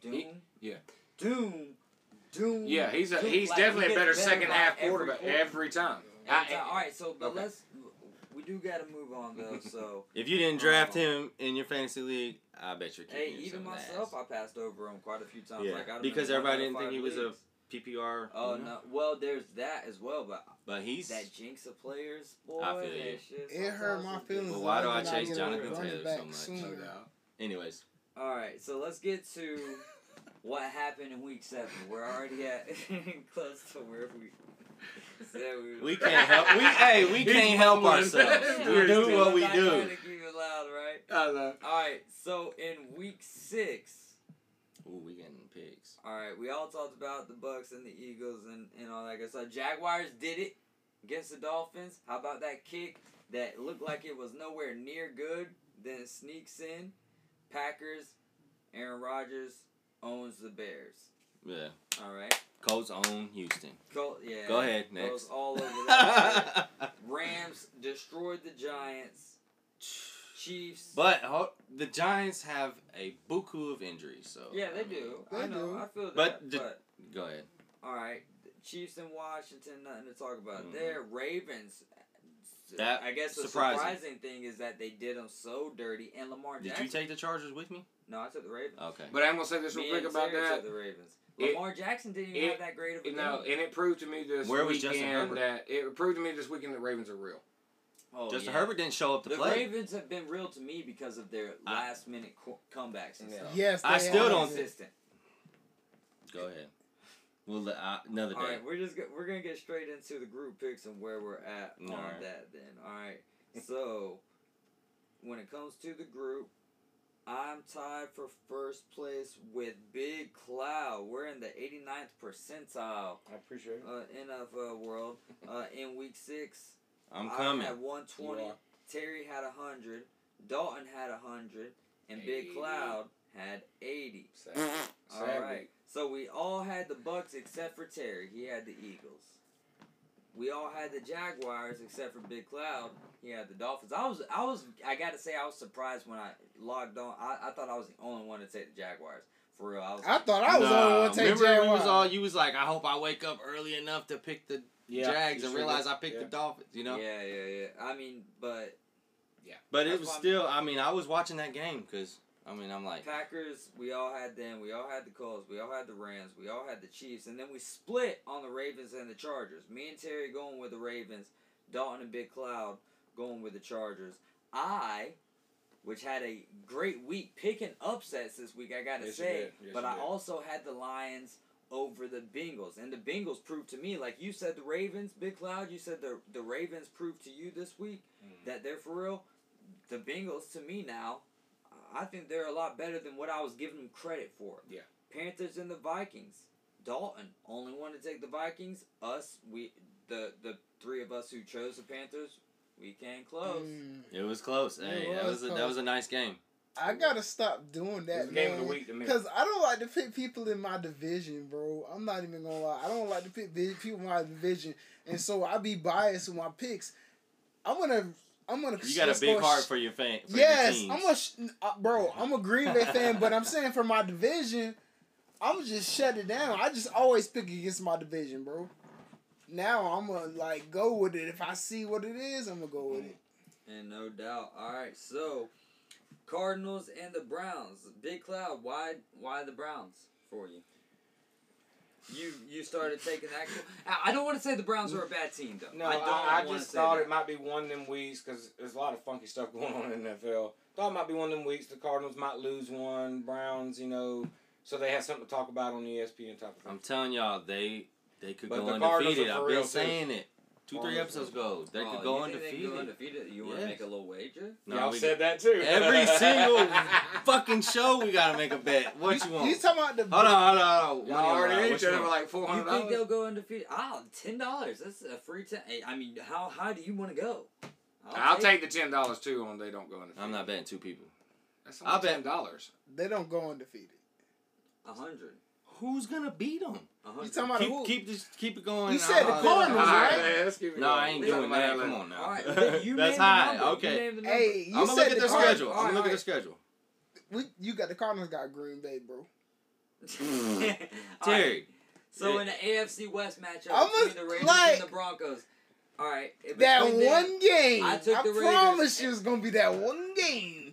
Speaker 3: Doom.
Speaker 7: yeah.
Speaker 3: Doom. Doom.
Speaker 7: Yeah, he's a
Speaker 3: doom.
Speaker 7: he's
Speaker 3: Like, he
Speaker 7: definitely a
Speaker 3: gets
Speaker 7: better
Speaker 3: better
Speaker 7: second
Speaker 3: by
Speaker 7: half
Speaker 3: every
Speaker 7: quarterback
Speaker 3: quarter.
Speaker 7: every time.
Speaker 3: And,
Speaker 7: I-
Speaker 3: uh, all right, so but
Speaker 7: okay.
Speaker 3: let's we do got to move on though. So
Speaker 6: If you didn't
Speaker 3: draft
Speaker 6: draft
Speaker 7: Oh.
Speaker 6: him in your fantasy league, I bet you're
Speaker 3: hey,
Speaker 6: kicking
Speaker 3: even myself, I passed over him quite a few times.
Speaker 6: Yeah,
Speaker 3: Like, I
Speaker 6: because everybody didn't think he was a- Mm-hmm.
Speaker 3: leagues.
Speaker 6: PPR.
Speaker 3: Oh no! Well, there's that as well, but
Speaker 6: But he's
Speaker 3: that jinx of players, boy.
Speaker 6: I feel
Speaker 3: that
Speaker 6: you.
Speaker 3: shit
Speaker 5: It hurt my
Speaker 3: sometimes is
Speaker 5: feelings.
Speaker 3: good.
Speaker 6: But why do I
Speaker 5: Everybody
Speaker 6: chase
Speaker 5: get
Speaker 6: Jonathan
Speaker 5: running
Speaker 6: Taylor
Speaker 5: back
Speaker 6: so much?
Speaker 5: sooner.
Speaker 3: Mm-hmm.
Speaker 7: No doubt.
Speaker 6: [LAUGHS] anyways.
Speaker 3: All right, so let's get to what happened in week seven. We're already at [LAUGHS] close to where we [LAUGHS] said we. [LAUGHS]
Speaker 6: We can't help. We hey, we
Speaker 7: He's
Speaker 6: can't help
Speaker 7: mumbling. [LAUGHS]
Speaker 6: ourselves. We
Speaker 7: We're
Speaker 6: do
Speaker 7: still
Speaker 6: what we
Speaker 3: I'm not
Speaker 6: do.
Speaker 3: trying to keep it loud, right?
Speaker 7: I know.
Speaker 3: All right, so in week six.
Speaker 6: Ooh, we getting pigs.
Speaker 3: All right, we all talked about the Bucks and the Eagles and, and all that good stuff. Jaguars did it against the Dolphins. How about that kick that looked like it was nowhere near good, then sneaks in? Packers, Aaron Rodgers owns the Bears.
Speaker 6: Yeah,
Speaker 3: All right,
Speaker 6: Colts own Houston.
Speaker 3: Col- yeah.
Speaker 6: Go ahead,
Speaker 3: Goes
Speaker 6: next.
Speaker 3: all over
Speaker 6: [LAUGHS]
Speaker 3: that.
Speaker 6: but
Speaker 3: Rams destroyed the Giants. Chiefs.
Speaker 6: ho- the Giants have a buku of injuries, so
Speaker 3: yeah,
Speaker 6: I
Speaker 3: they
Speaker 6: mean,
Speaker 3: do.
Speaker 5: They
Speaker 3: I know.
Speaker 5: do.
Speaker 3: I feel that.
Speaker 6: But the-
Speaker 3: but
Speaker 6: Go ahead.
Speaker 3: All right, Chiefs in Washington, nothing to talk about
Speaker 6: Mm.
Speaker 3: there. Ravens.
Speaker 6: That-
Speaker 3: I guess the surprising.
Speaker 6: surprising.
Speaker 3: thing is that they did them so dirty, and Lamar
Speaker 6: Did
Speaker 3: Jackson.
Speaker 6: you take Oh. the Chargers with me?
Speaker 3: no, I took the Ravens.
Speaker 6: Okay.
Speaker 7: But I'm gonna say this real
Speaker 3: Me
Speaker 7: quick
Speaker 3: and
Speaker 7: about
Speaker 3: Terry
Speaker 7: that.
Speaker 3: took the Ravens.
Speaker 7: It-
Speaker 3: Lamar Jackson didn't even
Speaker 7: it-
Speaker 3: have that great of a
Speaker 7: You know,
Speaker 3: game.
Speaker 7: and it proved to me this
Speaker 6: Where was Justin
Speaker 7: weekend that
Speaker 6: Herbert?
Speaker 7: it proved to me this weekend that Ravens are real.
Speaker 3: Oh,
Speaker 6: Justin
Speaker 3: yeah.
Speaker 6: Herbert didn't show up to
Speaker 3: The
Speaker 6: play.
Speaker 3: Ravens have been real to me because of their
Speaker 6: I-
Speaker 3: last minute co- comebacks and
Speaker 9: Yeah.
Speaker 3: stuff.
Speaker 5: Yes,
Speaker 6: I
Speaker 5: they
Speaker 6: still
Speaker 5: are.
Speaker 6: don't
Speaker 3: consistent.
Speaker 6: Go ahead. We'll let, uh, another day.
Speaker 3: All right, we're just go- we're gonna get straight into the group picks and where we're at on
Speaker 6: All right.
Speaker 3: that. Then, all right. So, when it comes to the group, I'm tied for first place with Big Cloud. We're in the 89th percentile
Speaker 9: I appreciate it.
Speaker 3: uh, NFL world uh, in week six.
Speaker 6: I'm
Speaker 3: I
Speaker 6: coming.
Speaker 3: had 120.
Speaker 9: You are.
Speaker 3: Terry had 100. Dalton had 100, and Big
Speaker 7: Eighty.
Speaker 3: Cloud had 80.
Speaker 9: Sad.
Speaker 3: All right. So we all had the Bucks except for Terry. He had the Eagles. We all had the Jaguars except for Big Cloud. He had the Dolphins. I was I was I gotta say I was surprised when I logged on. I, I thought I was the only one to take the Jaguars. For real. I was
Speaker 5: I thought I was
Speaker 6: Nah,
Speaker 5: only one take
Speaker 6: remember
Speaker 5: Jaguars.
Speaker 6: we was all you was like, I hope I wake up early enough to pick the
Speaker 7: Yeah,
Speaker 6: Jags
Speaker 7: you
Speaker 6: and
Speaker 7: sure
Speaker 6: realize
Speaker 7: did.
Speaker 6: I picked
Speaker 7: Yeah.
Speaker 6: the Dolphins. You know,
Speaker 3: Yeah, yeah, yeah. I mean, but
Speaker 6: but it
Speaker 3: That's
Speaker 6: was
Speaker 3: why I'm-
Speaker 6: still. I mean, I was watching that game because I mean, I'm like,
Speaker 3: Packers, we all had them. We all had the Colts. We all had the Rams. We all had the Chiefs. And then we split on the Ravens and the Chargers. Me and Terry going with the Ravens. Dalton and Big Cloud going with the Chargers. I, which had a great week picking upsets this week, I got to
Speaker 7: Yes, you
Speaker 3: say.
Speaker 7: did. Yes,
Speaker 3: but
Speaker 7: you
Speaker 3: I
Speaker 7: did.
Speaker 3: also had the Lions over the Bengals. And the Bengals proved to me, like you said, the Ravens, Big Cloud, you said the, the Ravens proved to you this week that they're for real. The Bengals, to me now, I think they're a lot better than what I was giving them credit for.
Speaker 4: Yeah.
Speaker 3: Panthers and the Vikings. Dalton only wanted to take the Vikings. Us, we the the three of us who chose the Panthers, we came close.
Speaker 5: Mm,
Speaker 6: it was close.
Speaker 5: It
Speaker 6: Hey, that
Speaker 5: was
Speaker 6: was a, that
Speaker 5: close.
Speaker 6: was a nice game.
Speaker 5: I gotta stop doing
Speaker 7: It's
Speaker 5: that,
Speaker 7: the game of the
Speaker 5: man.
Speaker 7: week to me.
Speaker 5: Because I don't like to pick people in my division, bro. I'm not even gonna lie. I don't like to pick vi- people in my division, and so I be biased with my picks. I'm gonna, I'm gonna.
Speaker 6: You got a
Speaker 5: let's
Speaker 6: big
Speaker 5: go
Speaker 6: heart
Speaker 5: sh-
Speaker 6: for your fan. For
Speaker 5: Yes,
Speaker 6: your
Speaker 5: I'm
Speaker 6: teams.
Speaker 5: a sh- uh, bro. I'm a Green Bay fan, but I'm saying for my division, I'm just shut it down. I just always pick against my division, bro. Now I'm gonna like go with it. If I see what it is, I'm gonna go with it.
Speaker 3: And no doubt. All right, so Cardinals and the Browns. Big Cloud, why why the Browns for you? You you started taking
Speaker 7: [LAUGHS]
Speaker 3: that. I- I don't want to say the Browns are a bad team though.
Speaker 7: No,
Speaker 3: I
Speaker 7: I,
Speaker 3: don't.
Speaker 7: I,
Speaker 3: wanna
Speaker 7: just
Speaker 3: say
Speaker 7: thought
Speaker 3: that.
Speaker 7: it might be one of them weeks because there's a lot of funky stuff going on in the NFL. Thought it might be one of them weeks. The Cardinals might lose one. Browns, you know, so they have something to talk about on E ESPN type of
Speaker 6: I'm
Speaker 7: thing.
Speaker 6: telling y'all, they they could
Speaker 7: But
Speaker 6: go
Speaker 7: the Cardinals
Speaker 6: undefeated.
Speaker 7: are
Speaker 6: I've
Speaker 7: for
Speaker 6: been
Speaker 7: real, too.
Speaker 6: saying it two three
Speaker 7: Cardinals
Speaker 6: episodes ago. They
Speaker 3: Oh,
Speaker 6: could go
Speaker 3: you think they could go
Speaker 6: undefeated.
Speaker 3: undefeated? You want to
Speaker 6: Yes.
Speaker 3: make a little wager?
Speaker 6: No,
Speaker 7: Y'all
Speaker 6: we- [LAUGHS]
Speaker 7: said that too. [LAUGHS]
Speaker 6: every single fucking show we gotta make a bet. What you want?
Speaker 5: You talking about the
Speaker 6: Hold on, hold on, hold on.
Speaker 4: Y'all
Speaker 6: Money on
Speaker 4: already
Speaker 6: line.
Speaker 4: ate
Speaker 6: What
Speaker 4: each
Speaker 6: you
Speaker 4: other for
Speaker 6: want?
Speaker 4: like four
Speaker 3: You
Speaker 4: hundred
Speaker 3: think they'll
Speaker 4: dollars.
Speaker 3: go undefeated? Oh, ten dollars. That's a free ten. I mean, how high do you want to go?
Speaker 4: I'll take the ten dollars too on they don't go in.
Speaker 6: I'm not betting two people.
Speaker 4: That's
Speaker 6: I'll
Speaker 4: only
Speaker 6: bet-
Speaker 4: ten
Speaker 7: [LAUGHS]
Speaker 4: dollars.
Speaker 5: they don't go undefeated.
Speaker 3: a hundred.
Speaker 6: Who's gonna beat them?
Speaker 3: A
Speaker 5: You
Speaker 3: hundred.
Speaker 5: talking about who?
Speaker 6: Keep keep this keep it going.
Speaker 5: You said the
Speaker 6: I'll-
Speaker 5: Cardinals,
Speaker 6: All
Speaker 5: right?
Speaker 4: let's keep it
Speaker 6: No,
Speaker 4: going.
Speaker 6: I ain't
Speaker 4: Let's
Speaker 6: doing
Speaker 4: talk about
Speaker 6: that.
Speaker 4: later.
Speaker 6: Come on now.
Speaker 3: All right, [LAUGHS]
Speaker 6: [LAUGHS]
Speaker 3: but you
Speaker 6: That's
Speaker 3: name the
Speaker 6: high.
Speaker 3: number. You
Speaker 6: Okay.
Speaker 3: name the number.
Speaker 5: Hey, you
Speaker 6: I'm gonna
Speaker 5: said
Speaker 6: look at
Speaker 5: the
Speaker 6: their
Speaker 5: Card-
Speaker 6: schedule. I'm
Speaker 3: Alright,
Speaker 6: gonna look
Speaker 3: alright.
Speaker 6: at their schedule.
Speaker 5: We, you got the Cardinals got Green Bay, bro.
Speaker 3: [LAUGHS] All right, [LAUGHS]
Speaker 6: Terry,
Speaker 3: So in the AFC West matchup
Speaker 5: I'm a-
Speaker 3: between the Ravens
Speaker 5: like-
Speaker 3: and the Broncos. All right. it-
Speaker 5: That
Speaker 3: between them-
Speaker 5: one game.
Speaker 3: I
Speaker 5: I,
Speaker 3: took the Raiders.
Speaker 5: promise you it's gonna be that one game.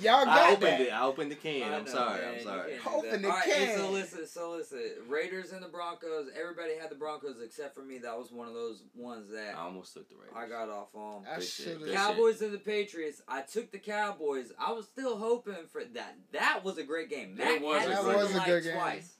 Speaker 5: Y'all got
Speaker 6: I opened
Speaker 5: that.
Speaker 6: it. I opened the can.
Speaker 3: I
Speaker 6: I'm
Speaker 3: know,
Speaker 6: sorry.
Speaker 3: man,
Speaker 6: I'm
Speaker 3: you
Speaker 6: sorry.
Speaker 3: can't do
Speaker 5: Open
Speaker 3: that.
Speaker 5: the
Speaker 3: All right, hey, So
Speaker 5: can.
Speaker 3: listen, so listen. Raiders and the Broncos. Everybody had the Broncos except for me. That was one of those ones
Speaker 6: I
Speaker 3: that
Speaker 6: almost took the Raiders.
Speaker 3: I got off on.
Speaker 5: I
Speaker 6: Good shit.
Speaker 5: should
Speaker 6: Good
Speaker 5: have.
Speaker 6: shit.
Speaker 3: Cowboys and the Patriots. I took the Cowboys. I was still hoping for that. That was a great game. Mac
Speaker 4: It was
Speaker 3: had
Speaker 4: a
Speaker 3: us
Speaker 4: great
Speaker 3: looking
Speaker 4: game.
Speaker 3: like
Speaker 5: That was a good game.
Speaker 3: twice.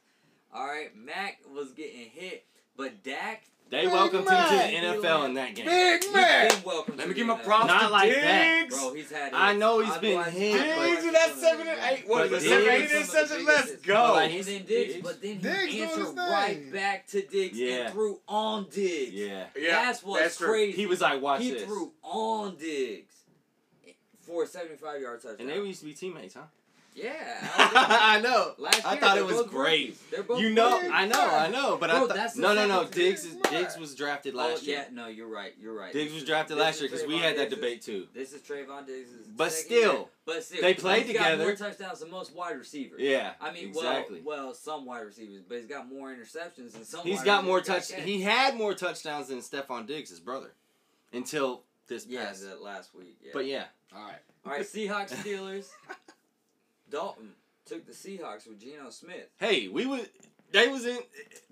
Speaker 3: All right, Mac was getting hit, but Dak
Speaker 6: They
Speaker 5: Big
Speaker 6: welcomed him to
Speaker 5: Mac.
Speaker 6: the NFL in that game.
Speaker 5: Big
Speaker 3: he's
Speaker 5: man.
Speaker 3: been welcome.
Speaker 4: Let
Speaker 3: to
Speaker 4: me
Speaker 3: the
Speaker 4: give my
Speaker 3: NFL.
Speaker 4: props
Speaker 6: Not
Speaker 4: to
Speaker 6: like that.
Speaker 4: Diggs.
Speaker 3: Bro, he's had.
Speaker 6: I
Speaker 3: hits.
Speaker 6: know he's
Speaker 3: I've
Speaker 6: been
Speaker 3: watched-
Speaker 6: hit,
Speaker 3: I've
Speaker 6: but-
Speaker 3: watched
Speaker 7: Diggs, that's
Speaker 3: some of his
Speaker 7: seven and
Speaker 3: games.
Speaker 7: eight. What is
Speaker 6: But
Speaker 7: it? Seven,
Speaker 6: Diggs-
Speaker 7: eight interceptions. Let's
Speaker 6: But,
Speaker 7: go.
Speaker 6: like,
Speaker 3: And then Diggs,
Speaker 6: Diggs.
Speaker 3: but then he
Speaker 5: Diggs doing
Speaker 3: answered
Speaker 5: his thing.
Speaker 3: right back to Diggs
Speaker 6: Yeah.
Speaker 3: and threw on Diggs.
Speaker 6: Yeah.
Speaker 3: that's what's
Speaker 4: that's true.
Speaker 3: crazy.
Speaker 6: He was like, watch
Speaker 3: he
Speaker 6: this.
Speaker 3: threw on Diggs for a 75 yard touchdown.
Speaker 6: And they used to be teammates, huh?
Speaker 3: yeah.
Speaker 6: [LAUGHS] I know.
Speaker 3: Last year,
Speaker 6: I thought
Speaker 3: they're
Speaker 6: it was
Speaker 3: both
Speaker 6: great.
Speaker 3: rookies. They're both
Speaker 6: You know,
Speaker 5: Big
Speaker 3: rookies.
Speaker 6: I know, I know, but
Speaker 3: Bro,
Speaker 6: I thought
Speaker 3: that's the
Speaker 6: no, no, no.
Speaker 3: second
Speaker 6: Diggs, is,
Speaker 5: Diggs
Speaker 6: Diggs was drafted
Speaker 3: Oh,
Speaker 6: last
Speaker 3: yeah,
Speaker 6: year.
Speaker 3: no, you're right. You're right.
Speaker 6: Diggs was drafted
Speaker 3: This
Speaker 6: last
Speaker 3: is
Speaker 6: year because we
Speaker 3: Trayvon
Speaker 6: had that
Speaker 3: Diggs'
Speaker 6: debate too.
Speaker 3: This is Trayvon Diggs.
Speaker 6: But still,
Speaker 3: but still,
Speaker 6: they played
Speaker 3: he's got more
Speaker 6: together.
Speaker 3: touchdowns than most wide receivers.
Speaker 6: Yeah,
Speaker 3: I mean,
Speaker 6: exactly.
Speaker 3: well, well, some wide receivers, but he's got more interceptions than some.
Speaker 6: He's
Speaker 3: wide
Speaker 6: got more touch.
Speaker 3: receivers.
Speaker 6: He had more touchdowns than Stephon Diggs, his brother, until this
Speaker 3: yeah,
Speaker 6: past.
Speaker 3: that last week. Yeah.
Speaker 6: But yeah,
Speaker 4: All right.
Speaker 3: all right,
Speaker 6: [LAUGHS]
Speaker 3: Seahawks Steelers. Dalton took the Seahawks with Geno Smith.
Speaker 6: hey, we was they was in.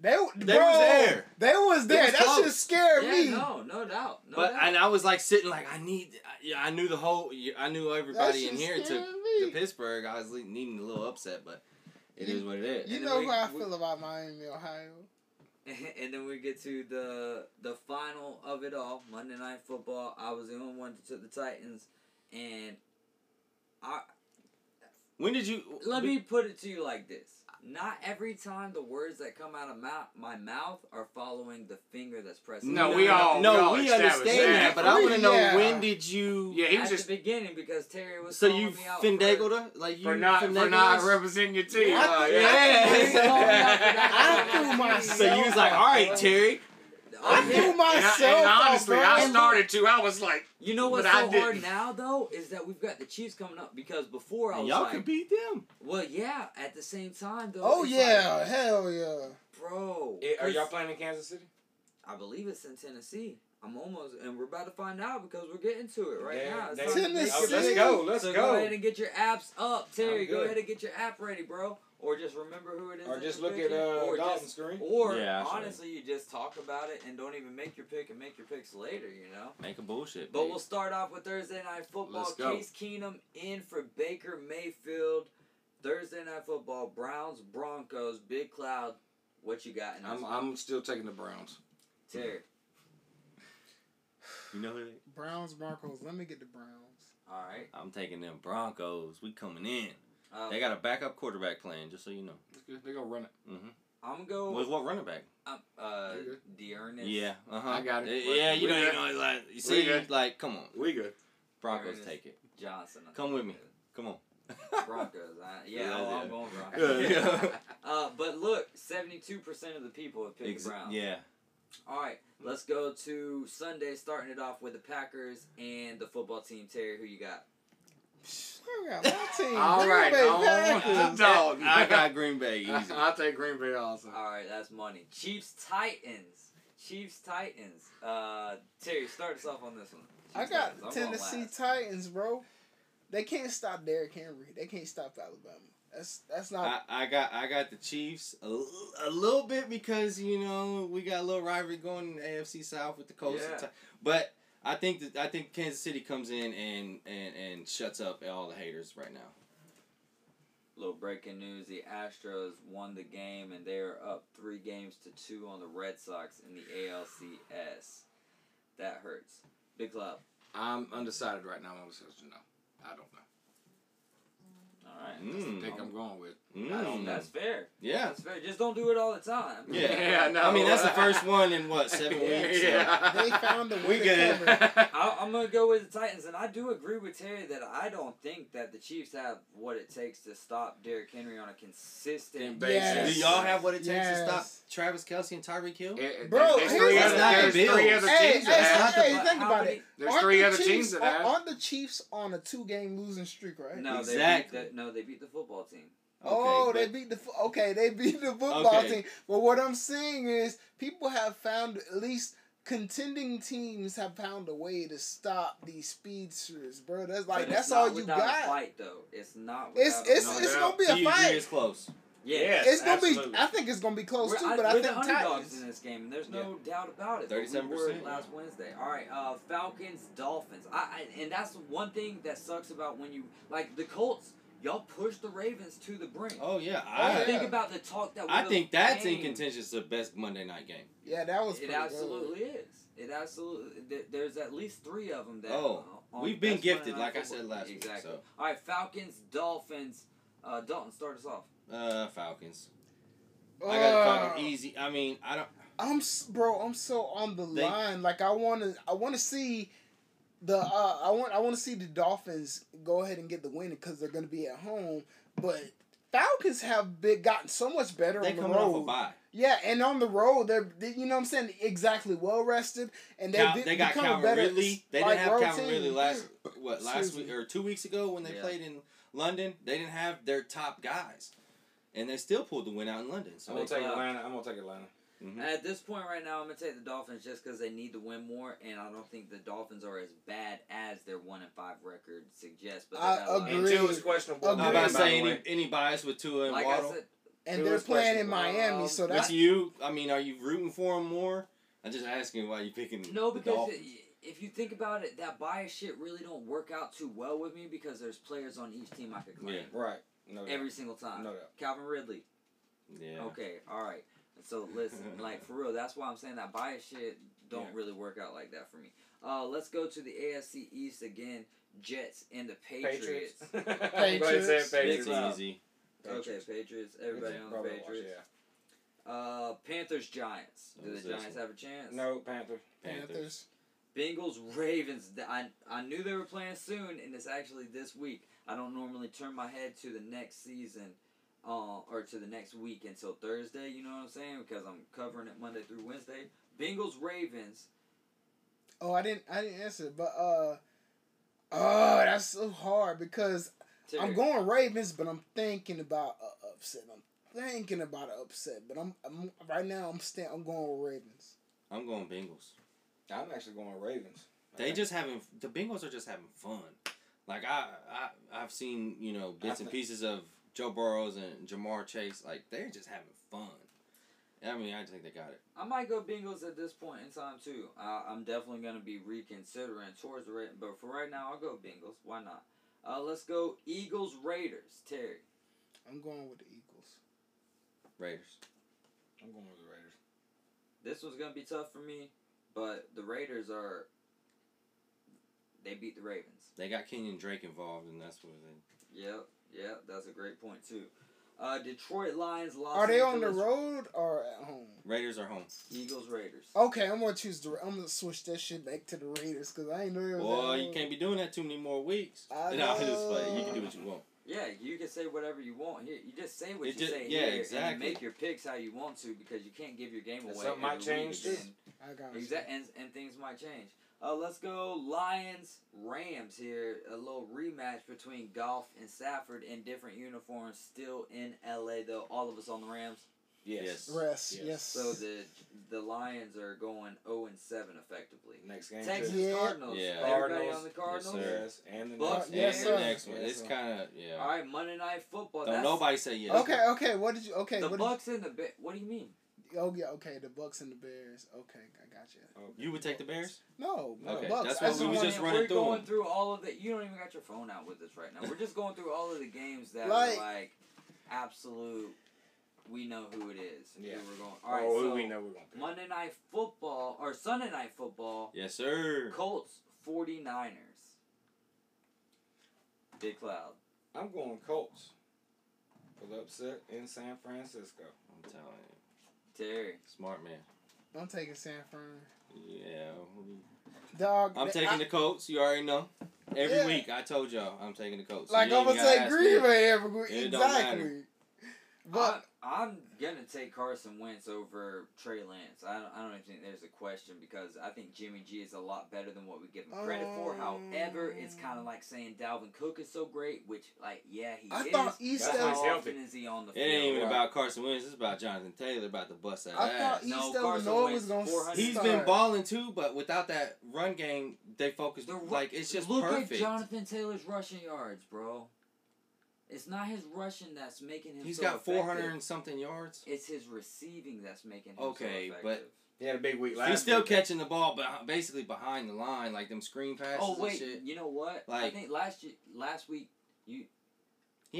Speaker 5: They,
Speaker 6: They
Speaker 5: bro,
Speaker 6: was there.
Speaker 5: They was there.
Speaker 6: was
Speaker 5: that
Speaker 6: close.
Speaker 5: shit scared
Speaker 3: yeah,
Speaker 5: me.
Speaker 3: no, no doubt, no
Speaker 6: but
Speaker 3: doubt.
Speaker 6: and I was like sitting like I need. I, yeah, I knew the whole. I knew
Speaker 5: that
Speaker 6: everybody
Speaker 5: shit
Speaker 6: in here
Speaker 5: scared
Speaker 6: to,
Speaker 5: me.
Speaker 6: to Pittsburgh. I was le- needing a little upset, but it is
Speaker 5: You-
Speaker 6: what it is.
Speaker 5: You
Speaker 3: And
Speaker 5: know
Speaker 3: then
Speaker 5: how I
Speaker 3: we- we-
Speaker 5: feel about Miami, Ohio.
Speaker 3: [LAUGHS] and then we get to the the final of it all, Monday Night Football. I was the only one that took the Titans, and I
Speaker 6: When did you?
Speaker 3: let me put it to you like this: not every time the words that come out of mou- my mouth are following the finger that's pressing.
Speaker 4: No,
Speaker 3: it.
Speaker 4: we all- we
Speaker 6: No,
Speaker 4: all
Speaker 6: we
Speaker 4: established
Speaker 6: understand
Speaker 4: that.
Speaker 6: that, but I want to know
Speaker 5: Yeah.
Speaker 6: when did you?
Speaker 4: Yeah, he
Speaker 3: At
Speaker 4: was just
Speaker 3: the beginning, because Terry was
Speaker 6: So
Speaker 3: calling
Speaker 6: you
Speaker 3: me out
Speaker 6: [LAUGHS] finagled
Speaker 3: for-
Speaker 6: her, like you
Speaker 4: for not for
Speaker 6: finagled
Speaker 4: not
Speaker 6: us?
Speaker 4: representing your team. Uh,
Speaker 7: [LAUGHS]
Speaker 5: I
Speaker 4: [LAUGHS]
Speaker 5: threw myself.
Speaker 6: So you was like, all right, Terry.
Speaker 5: I threw
Speaker 4: And I-
Speaker 5: myself.
Speaker 4: and, honestly,
Speaker 5: off,
Speaker 4: I
Speaker 5: bro.
Speaker 4: started to. I was like,
Speaker 3: You know what's
Speaker 4: But I
Speaker 3: so
Speaker 4: didn't.
Speaker 3: hard now though is that we've got the Chiefs coming up because before I was
Speaker 6: Y'all
Speaker 3: like,
Speaker 6: could beat them.
Speaker 3: well, yeah. At the same time though,
Speaker 5: Oh
Speaker 3: it's
Speaker 5: yeah,
Speaker 3: like,
Speaker 5: hell yeah.
Speaker 3: bro.
Speaker 7: Eh, Are y'all
Speaker 3: this-
Speaker 7: playing in Kansas City?
Speaker 3: I believe it's in Tennessee. I'm almost, and we're about to find out because we're getting to it right
Speaker 7: They-
Speaker 3: now. It's
Speaker 7: they-
Speaker 3: time to make
Speaker 5: Tennessee.
Speaker 7: Oh,
Speaker 3: your
Speaker 7: let's
Speaker 3: bets.
Speaker 7: go. Let's
Speaker 3: so
Speaker 7: go.
Speaker 3: ahead and get your apps up, Terry.
Speaker 7: I'm
Speaker 3: Go
Speaker 7: good.
Speaker 3: ahead and get your app ready, bro. Or just remember who it is.
Speaker 7: Or
Speaker 3: that
Speaker 7: just
Speaker 3: you're
Speaker 7: look at
Speaker 3: picking,
Speaker 7: uh,
Speaker 3: or
Speaker 7: Dalton's
Speaker 3: just-
Speaker 7: screen.
Speaker 3: Or
Speaker 6: Yeah, that's right.
Speaker 3: honestly, you just talk about it and don't even make your pick and make your picks later. You know.
Speaker 6: Make a bullshit.
Speaker 3: But we'll start off with Thursday Night Football.
Speaker 4: Let's go.
Speaker 3: Case Keenum in for Baker Mayfield. Thursday Night Football. Browns Broncos. Big Cloud. What you got? In this
Speaker 4: I'm,
Speaker 3: one?
Speaker 4: I'm still taking the Browns.
Speaker 3: Terry.
Speaker 6: you know who?
Speaker 5: Browns, Broncos. Let me get the Browns.
Speaker 3: All right.
Speaker 6: I'm taking them Broncos. We coming in.
Speaker 3: Um,
Speaker 6: They got a backup quarterback plan, just so you know.
Speaker 4: They're gonna run it.
Speaker 6: Mm-hmm.
Speaker 3: I'm gonna go.
Speaker 6: What, what running back?
Speaker 3: um, uh,
Speaker 4: You're good.
Speaker 3: Dearness.
Speaker 6: Yeah, uh huh.
Speaker 4: I got it.
Speaker 6: Yeah, you
Speaker 4: We
Speaker 6: know, you
Speaker 4: good.
Speaker 6: know, like, you see,
Speaker 4: good.
Speaker 6: like, come on,
Speaker 7: [LAUGHS]
Speaker 4: We good.
Speaker 3: There
Speaker 6: Broncos
Speaker 3: it is.
Speaker 6: take it.
Speaker 3: Johnson. I
Speaker 6: Come
Speaker 3: think
Speaker 6: with me.
Speaker 3: it is.
Speaker 6: Come on. [LAUGHS]
Speaker 3: Broncos. I, yeah,
Speaker 6: Yeah,
Speaker 3: oh,
Speaker 6: yeah.
Speaker 3: I'm going Broncos.
Speaker 6: Yeah,
Speaker 7: [LAUGHS]
Speaker 6: yeah.
Speaker 3: [LAUGHS] Uh, but look, 72% of the people have picked
Speaker 6: Ex-
Speaker 3: the Browns.
Speaker 6: yeah.
Speaker 3: All right, let's go to Sunday, starting it off with the Packers and the football team. Terry, who you got?
Speaker 5: I got my team.
Speaker 4: All
Speaker 5: Green
Speaker 4: right,
Speaker 5: Bay
Speaker 4: on
Speaker 6: [LAUGHS]
Speaker 5: Packers.
Speaker 4: to Dalton.
Speaker 6: I got Green Bay [LAUGHS]
Speaker 4: I,
Speaker 6: easy.
Speaker 4: [LAUGHS] I'll take Green Bay also.
Speaker 3: All right, that's money. Chiefs, Titans. Chiefs, Titans. Uh, Terry, start us off on this one.
Speaker 5: I
Speaker 3: Chiefs, Titans. I'm
Speaker 5: got
Speaker 3: going
Speaker 5: Tennessee
Speaker 3: last.
Speaker 5: Titans, bro. They can't stop Derrick Henry. They can't stop Alabama. That's that's
Speaker 4: [LAUGHS]
Speaker 6: I,
Speaker 5: not.
Speaker 6: I got I got the Chiefs a, l- a little bit because you know we got a little rivalry going in the AFC South with the Colts, and
Speaker 3: Yeah.
Speaker 6: Ti- but I think that I think Kansas City comes in and and and shuts up all the haters right now.
Speaker 3: Little breaking news: the Astros won the game, and they are up three games to two on the Red Sox in the ALCS. That hurts. Big club.
Speaker 4: I'm undecided right now. I'm supposed to know. I don't know.
Speaker 3: All right.
Speaker 4: I
Speaker 6: Mm.
Speaker 4: think I'm going
Speaker 7: [LAUGHS]
Speaker 4: with.
Speaker 3: I don't-
Speaker 6: Mm.
Speaker 3: That's fair.
Speaker 6: yeah.
Speaker 3: That's fair. Just don't do it all the time.
Speaker 6: [LAUGHS] Yeah.
Speaker 3: [LAUGHS]
Speaker 4: Yeah, no.
Speaker 6: I mean that's the first one in what seven weeks. so-
Speaker 5: They found a way
Speaker 6: We
Speaker 5: to
Speaker 6: good.
Speaker 5: cover.
Speaker 3: I, I'm gonna go with the Titans, and I do agree with Terry that I don't think that the Chiefs have what it takes to stop Derrick Henry on a consistent
Speaker 4: Yes.
Speaker 6: Do
Speaker 3: basis.
Speaker 6: y'all have what it takes to stop
Speaker 5: Yes.
Speaker 6: Travis Kelsey and Tyreek Hill?
Speaker 5: Bro,
Speaker 4: there's
Speaker 5: here's
Speaker 4: three,
Speaker 5: the
Speaker 4: other,
Speaker 5: thing.
Speaker 4: there's three other
Speaker 5: Hey,
Speaker 4: teams
Speaker 5: hey,
Speaker 4: that have.
Speaker 5: hey,
Speaker 3: But
Speaker 5: think
Speaker 3: how
Speaker 5: about
Speaker 3: many-
Speaker 5: it.
Speaker 4: There's
Speaker 5: Aren't
Speaker 4: three
Speaker 5: the
Speaker 4: other
Speaker 5: Chiefs,
Speaker 4: teams that have.
Speaker 5: Aren't the Chiefs on a two game losing streak, right?
Speaker 3: No,
Speaker 6: Exactly.
Speaker 3: they beat the, no, they beat the football team.
Speaker 5: oh,
Speaker 6: Okay,
Speaker 5: they
Speaker 6: but-
Speaker 5: beat the fo- okay. They [LAUGHS] beat the football
Speaker 6: Okay.
Speaker 5: team. But what I'm saying is, people have found at least contending teams have found a way to stop these speedsters, bro. That's like
Speaker 3: But it's
Speaker 5: that's
Speaker 3: not
Speaker 5: all you
Speaker 3: without A
Speaker 5: got.
Speaker 3: fight though, it's not.
Speaker 5: It's
Speaker 3: Without
Speaker 5: it's
Speaker 4: No
Speaker 5: it's
Speaker 4: doubt.
Speaker 5: gonna be
Speaker 6: Do
Speaker 5: a
Speaker 6: you agree
Speaker 5: fight.
Speaker 6: it's close?
Speaker 3: yeah.
Speaker 7: Yes.
Speaker 5: It's gonna be.
Speaker 7: Absolutely.
Speaker 5: I think it's gonna be close
Speaker 3: We're,
Speaker 5: too, but
Speaker 3: I,
Speaker 5: I,
Speaker 3: we're
Speaker 5: think
Speaker 3: the underdogs
Speaker 5: Titans.
Speaker 3: in this game, and there's no doubt about it. But We were
Speaker 6: 37%,
Speaker 3: last Wednesday. All right, uh, Falcons, Dolphins. I, I and that's one thing that sucks about when you like the Colts. Y'all push the Ravens to the brink.
Speaker 6: Oh yeah.
Speaker 3: I
Speaker 6: I,
Speaker 5: yeah.
Speaker 3: think about the talk that.
Speaker 6: I
Speaker 3: would've
Speaker 6: think that's in
Speaker 3: came.
Speaker 6: contention as the best Monday night game.
Speaker 5: Yeah, that was.
Speaker 3: It
Speaker 5: pretty good.
Speaker 3: absolutely is. It absolutely. th- There's at least three of them that. uh,
Speaker 6: Oh,
Speaker 3: on
Speaker 6: we've been
Speaker 3: Best Monday
Speaker 6: gifted,
Speaker 3: Night
Speaker 6: like I
Speaker 3: Football.
Speaker 6: said last week,
Speaker 3: exactly.
Speaker 6: so.
Speaker 3: All right, Falcons, Dolphins. Uh, Dalton, start us off.
Speaker 6: Uh, Falcons. I got E the
Speaker 5: Uh,
Speaker 6: Falcons easy. I mean, I don't.
Speaker 5: I'm s- bro. I'm so on the
Speaker 6: They-
Speaker 5: line. Like I wanna, I wanna see the. Uh, I want, I want to see the Dolphins go ahead and get the win because they're gonna be at home. But Falcons have been gotten so much better
Speaker 6: They
Speaker 5: on the
Speaker 6: coming off a
Speaker 5: road.
Speaker 6: bye.
Speaker 5: yeah, and on the road, they're they, you know what I'm saying exactly well rested and they're
Speaker 6: Cal-
Speaker 5: be-
Speaker 6: they got
Speaker 5: becoming
Speaker 6: Calvin
Speaker 5: better.
Speaker 6: Ridley. They
Speaker 5: like,
Speaker 6: didn't have
Speaker 5: road
Speaker 6: Calvin
Speaker 5: team.
Speaker 6: Ridley last what last
Speaker 5: Excuse
Speaker 6: week
Speaker 5: me.
Speaker 6: or two weeks ago when they
Speaker 3: Yeah.
Speaker 6: played in London. They didn't have their top guys, and they still pulled the win out in London.
Speaker 7: I'm
Speaker 6: So
Speaker 7: gonna
Speaker 3: Big
Speaker 7: take
Speaker 3: Cloud.
Speaker 7: Atlanta. I'm gonna take Atlanta.
Speaker 6: mhm.
Speaker 3: And at this point right now, I'm gonna take the Dolphins just because they need to win more, and I don't think the Dolphins are as bad as their one and five record suggests. But they
Speaker 5: I
Speaker 3: got a lot of-
Speaker 7: And
Speaker 5: Agreed.
Speaker 7: two is questionable.
Speaker 5: Agreed.
Speaker 6: I'm about to
Speaker 5: By
Speaker 6: say
Speaker 7: the
Speaker 6: any,
Speaker 7: way.
Speaker 6: any bias with Tua and
Speaker 3: Like I
Speaker 6: Waddle.
Speaker 3: said,
Speaker 5: and
Speaker 7: Who
Speaker 5: they're
Speaker 7: is
Speaker 5: playing in
Speaker 7: questionable?
Speaker 5: Miami, so
Speaker 6: um, With
Speaker 5: that's
Speaker 6: you, I mean, are you rooting for him more? I'm just asking why you picking.
Speaker 3: No,
Speaker 6: Mm, the
Speaker 3: because
Speaker 6: Dolphins.
Speaker 3: i- if you think about it, that bias shit really don't work out too well with me because there's players on each team I could claim
Speaker 6: Yeah.
Speaker 7: Right. No. doubt.
Speaker 3: every single time.
Speaker 7: No doubt.
Speaker 3: Calvin Ridley.
Speaker 6: yeah.
Speaker 3: Okay, all right. And So
Speaker 6: [LAUGHS]
Speaker 3: listen, like for real, that's why I'm saying that bias shit don't
Speaker 7: Yeah.
Speaker 3: really work out like that for me. Uh, let's go to the AFC East again. Jets and the Patriots.
Speaker 7: Patriots. I'm glad you said
Speaker 5: Patriots.
Speaker 6: It's
Speaker 7: Patriots.
Speaker 6: easy.
Speaker 7: Patriots.
Speaker 3: Okay, Patriots. Everybody
Speaker 7: It's
Speaker 3: on the
Speaker 7: probably watch,
Speaker 3: Patriots. Uh, Panthers, Giants. Do
Speaker 6: Who's
Speaker 3: the
Speaker 6: this
Speaker 3: Giants have a chance?
Speaker 7: yeah. No, Panther.
Speaker 6: Panthers.
Speaker 5: Panthers.
Speaker 3: Bengals, Ravens. Th- I I knew they were playing soon, and it's actually this week. I don't normally turn my head to the next season, uh, or to the next week until Thursday. You know what I'm saying? Because I'm covering it Monday through Wednesday. Bengals, Ravens.
Speaker 5: Oh, I didn't. I didn't answer, but uh, oh, that's so hard because I'm
Speaker 3: Terry.
Speaker 5: going Ravens, but I'm thinking about a upset. I'm thinking about an upset, but I'm, I'm right now. I'm staying. I'm going with Ravens.
Speaker 6: I'm going Bengals.
Speaker 7: I'm actually going Ravens.
Speaker 6: They just having the Bengals are just having fun. Like I, I I've seen you know bits
Speaker 7: think-
Speaker 6: and pieces of Joe Burrows and Jamar Chase. Like they're just having fun. I mean, I just think they got it.
Speaker 3: I might go Bengals at this point in time too. Uh, I'm definitely gonna be reconsidering towards the Ra- but for right now, I'll go Bengals. Why not? Uh, let's go Eagles, Raiders. Terry.
Speaker 5: I'm going with the Eagles.
Speaker 6: Raiders.
Speaker 7: I'm going with the Raiders.
Speaker 3: This one's gonna be tough for me, but the Raiders are. They beat the Ravens.
Speaker 6: They got Kenyon Drake involved, and that's what they.
Speaker 3: Yep, yep, that's a great point too. Uh, Detroit Lions, Los
Speaker 5: Are they on the
Speaker 3: Angeles
Speaker 5: road or at home?
Speaker 6: Raiders are home.
Speaker 3: Eagles, Raiders.
Speaker 5: Okay, I'm gonna choose the. I'm gonna switch that shit back to the Raiders because I ain't know it was.
Speaker 6: Well,
Speaker 5: at
Speaker 6: you
Speaker 5: home.
Speaker 6: can't be doing that too many more weeks.
Speaker 5: I
Speaker 6: [LAUGHS] No, I'm just
Speaker 5: know.
Speaker 6: playing. You can do what you want.
Speaker 3: Yeah, you can say whatever you want here. You just say what
Speaker 6: It
Speaker 3: you
Speaker 6: just-
Speaker 3: say
Speaker 6: yeah,
Speaker 3: here, and you
Speaker 6: exactly.
Speaker 3: make your picks how you want to because you can't give your game
Speaker 7: And
Speaker 3: away.
Speaker 7: something might
Speaker 3: every week,
Speaker 7: change.
Speaker 3: and-
Speaker 5: I got
Speaker 3: Exact and, and things might change. Uh, let's go Lions Rams here. A little rematch between Golf and Stafford in different uniforms, still in LA though. All of us on the Rams.
Speaker 6: Yes.
Speaker 5: you. Rest.
Speaker 7: Yes.
Speaker 5: Yes.
Speaker 3: So the the Lions are going zero and seven effectively.
Speaker 7: Next game.
Speaker 3: Texas
Speaker 7: too.
Speaker 5: Yeah.
Speaker 3: Cardinals.
Speaker 6: Yeah.
Speaker 3: Everybody
Speaker 7: Cardinals.
Speaker 3: on the Cardinals.
Speaker 6: Yes, sir.
Speaker 7: Yes, and the
Speaker 3: Bucks,
Speaker 7: next
Speaker 6: And
Speaker 7: game.
Speaker 5: Yes,
Speaker 6: the
Speaker 5: sir.
Speaker 6: next one.
Speaker 7: Yes,
Speaker 6: it's
Speaker 7: sir.
Speaker 6: kind of yeah.
Speaker 3: All right, Monday Night Football.
Speaker 6: Don't
Speaker 3: That's
Speaker 6: nobody say yes.
Speaker 5: Okay. Okay. What did you? Okay.
Speaker 3: The
Speaker 5: what
Speaker 3: Bucks and the Ba- What do you mean?
Speaker 5: Did you, oh yeah. Okay. The Bucks and the Bears. Okay. I got you.
Speaker 6: You would take the Bears.
Speaker 5: No. no,
Speaker 6: Okay,
Speaker 5: Bucks.
Speaker 6: that's
Speaker 5: I
Speaker 6: what
Speaker 5: just
Speaker 6: we was
Speaker 5: wanted-
Speaker 6: just running
Speaker 3: We're
Speaker 6: through
Speaker 3: going
Speaker 6: them.
Speaker 3: through all of the. You don't even got your phone out with us right now. We're just going through all of the games that
Speaker 5: Like-
Speaker 3: are like absolute. We know who it is. who
Speaker 7: Yeah.
Speaker 3: We're going. All right.
Speaker 7: oh,
Speaker 3: so
Speaker 7: we know we're going to
Speaker 3: Monday night football or Sunday night football.
Speaker 6: Yes, sir.
Speaker 3: Colts 49ers. Big Cloud.
Speaker 7: I'm going Colts for the upset in San Francisco.
Speaker 6: I'm telling you,
Speaker 3: Terry.
Speaker 6: smart man.
Speaker 5: I'm taking San Fran.
Speaker 6: Yeah.
Speaker 5: Dog.
Speaker 6: I'm
Speaker 5: that-
Speaker 6: taking
Speaker 5: I-
Speaker 6: the Colts. You already know. Every
Speaker 5: Yeah.
Speaker 6: week I told y'all I'm taking the Colts. So
Speaker 5: Like
Speaker 6: you
Speaker 5: I'm
Speaker 6: ain't
Speaker 5: gonna
Speaker 6: gotta
Speaker 5: take
Speaker 6: ask
Speaker 5: Green
Speaker 6: me.
Speaker 5: Bay every week.
Speaker 6: It don't
Speaker 5: Exactly. But
Speaker 3: I, I'm gonna take Carson Wentz over Trey Lance. I don't, I don't even think there's a question because I think Jimmy G is a lot better than what we give him credit for. However, it's kind of like saying Dalvin Cook is so great, which like yeah he
Speaker 5: Um, I
Speaker 3: is.
Speaker 5: thought East
Speaker 7: That's
Speaker 3: but how
Speaker 7: why
Speaker 5: Elm.
Speaker 7: he's healthy.
Speaker 3: often is he on the
Speaker 6: It
Speaker 3: field?
Speaker 6: ain't even
Speaker 7: Right.
Speaker 6: about Carson Wentz. It's about Jonathan Taylor about to bust that
Speaker 5: I
Speaker 6: ass.
Speaker 5: thought
Speaker 3: No,
Speaker 5: East
Speaker 3: Carson
Speaker 5: Illinois
Speaker 3: Wentz,
Speaker 5: was gonna
Speaker 3: 400.
Speaker 5: start.
Speaker 6: He's been balling too, but without that run game, they focus
Speaker 3: The ru-
Speaker 6: like it's just
Speaker 3: Look
Speaker 6: perfect.
Speaker 3: at Jonathan Taylor's rushing yards, bro. It's not his rushing that's making him.
Speaker 6: He's
Speaker 3: so
Speaker 6: got 400
Speaker 3: effective.
Speaker 6: and something yards.
Speaker 3: It's his receiving that's making him.
Speaker 6: Okay,
Speaker 3: so
Speaker 6: but-
Speaker 3: effective.
Speaker 7: He had a big week last
Speaker 6: He's still
Speaker 7: week.
Speaker 6: catching the ball, but basically behind the line, like them screen passes
Speaker 3: Oh wait,
Speaker 6: and shit.
Speaker 3: you know what? I
Speaker 6: Like-
Speaker 3: think last year, last week,
Speaker 6: He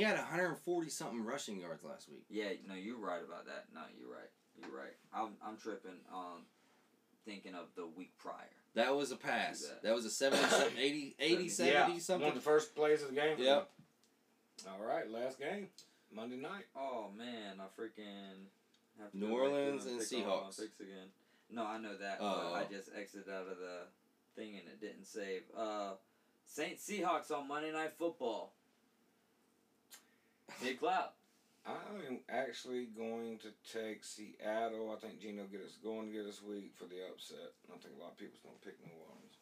Speaker 6: had 140 something rushing yards last week.
Speaker 3: yeah, no, you're right about that. No, you're right. You're right. I'm I'm tripping. Um, thinking of the week prior.
Speaker 6: That was a pass.
Speaker 3: that.
Speaker 6: That was a 70, something, 80, 80
Speaker 7: yeah,
Speaker 6: 70
Speaker 7: One of the
Speaker 6: something.
Speaker 7: first plays of the game. for
Speaker 6: Yep.
Speaker 7: them. All right, last game, Monday night.
Speaker 3: Oh man, I freaking have to
Speaker 6: New
Speaker 3: go back through
Speaker 6: Orleans
Speaker 3: them
Speaker 6: and
Speaker 3: pick all my
Speaker 6: Seahawks.
Speaker 3: picks again. No, I know that.
Speaker 6: Oh.
Speaker 3: but I just exited out of the thing and it didn't save. Uh, Saints Seahawks on Monday Night Football. Big cloud.
Speaker 7: I'm actually going to take Seattle. I think Gino get us going to get us week for the upset. I think a lot of people's gonna pick New Orleans.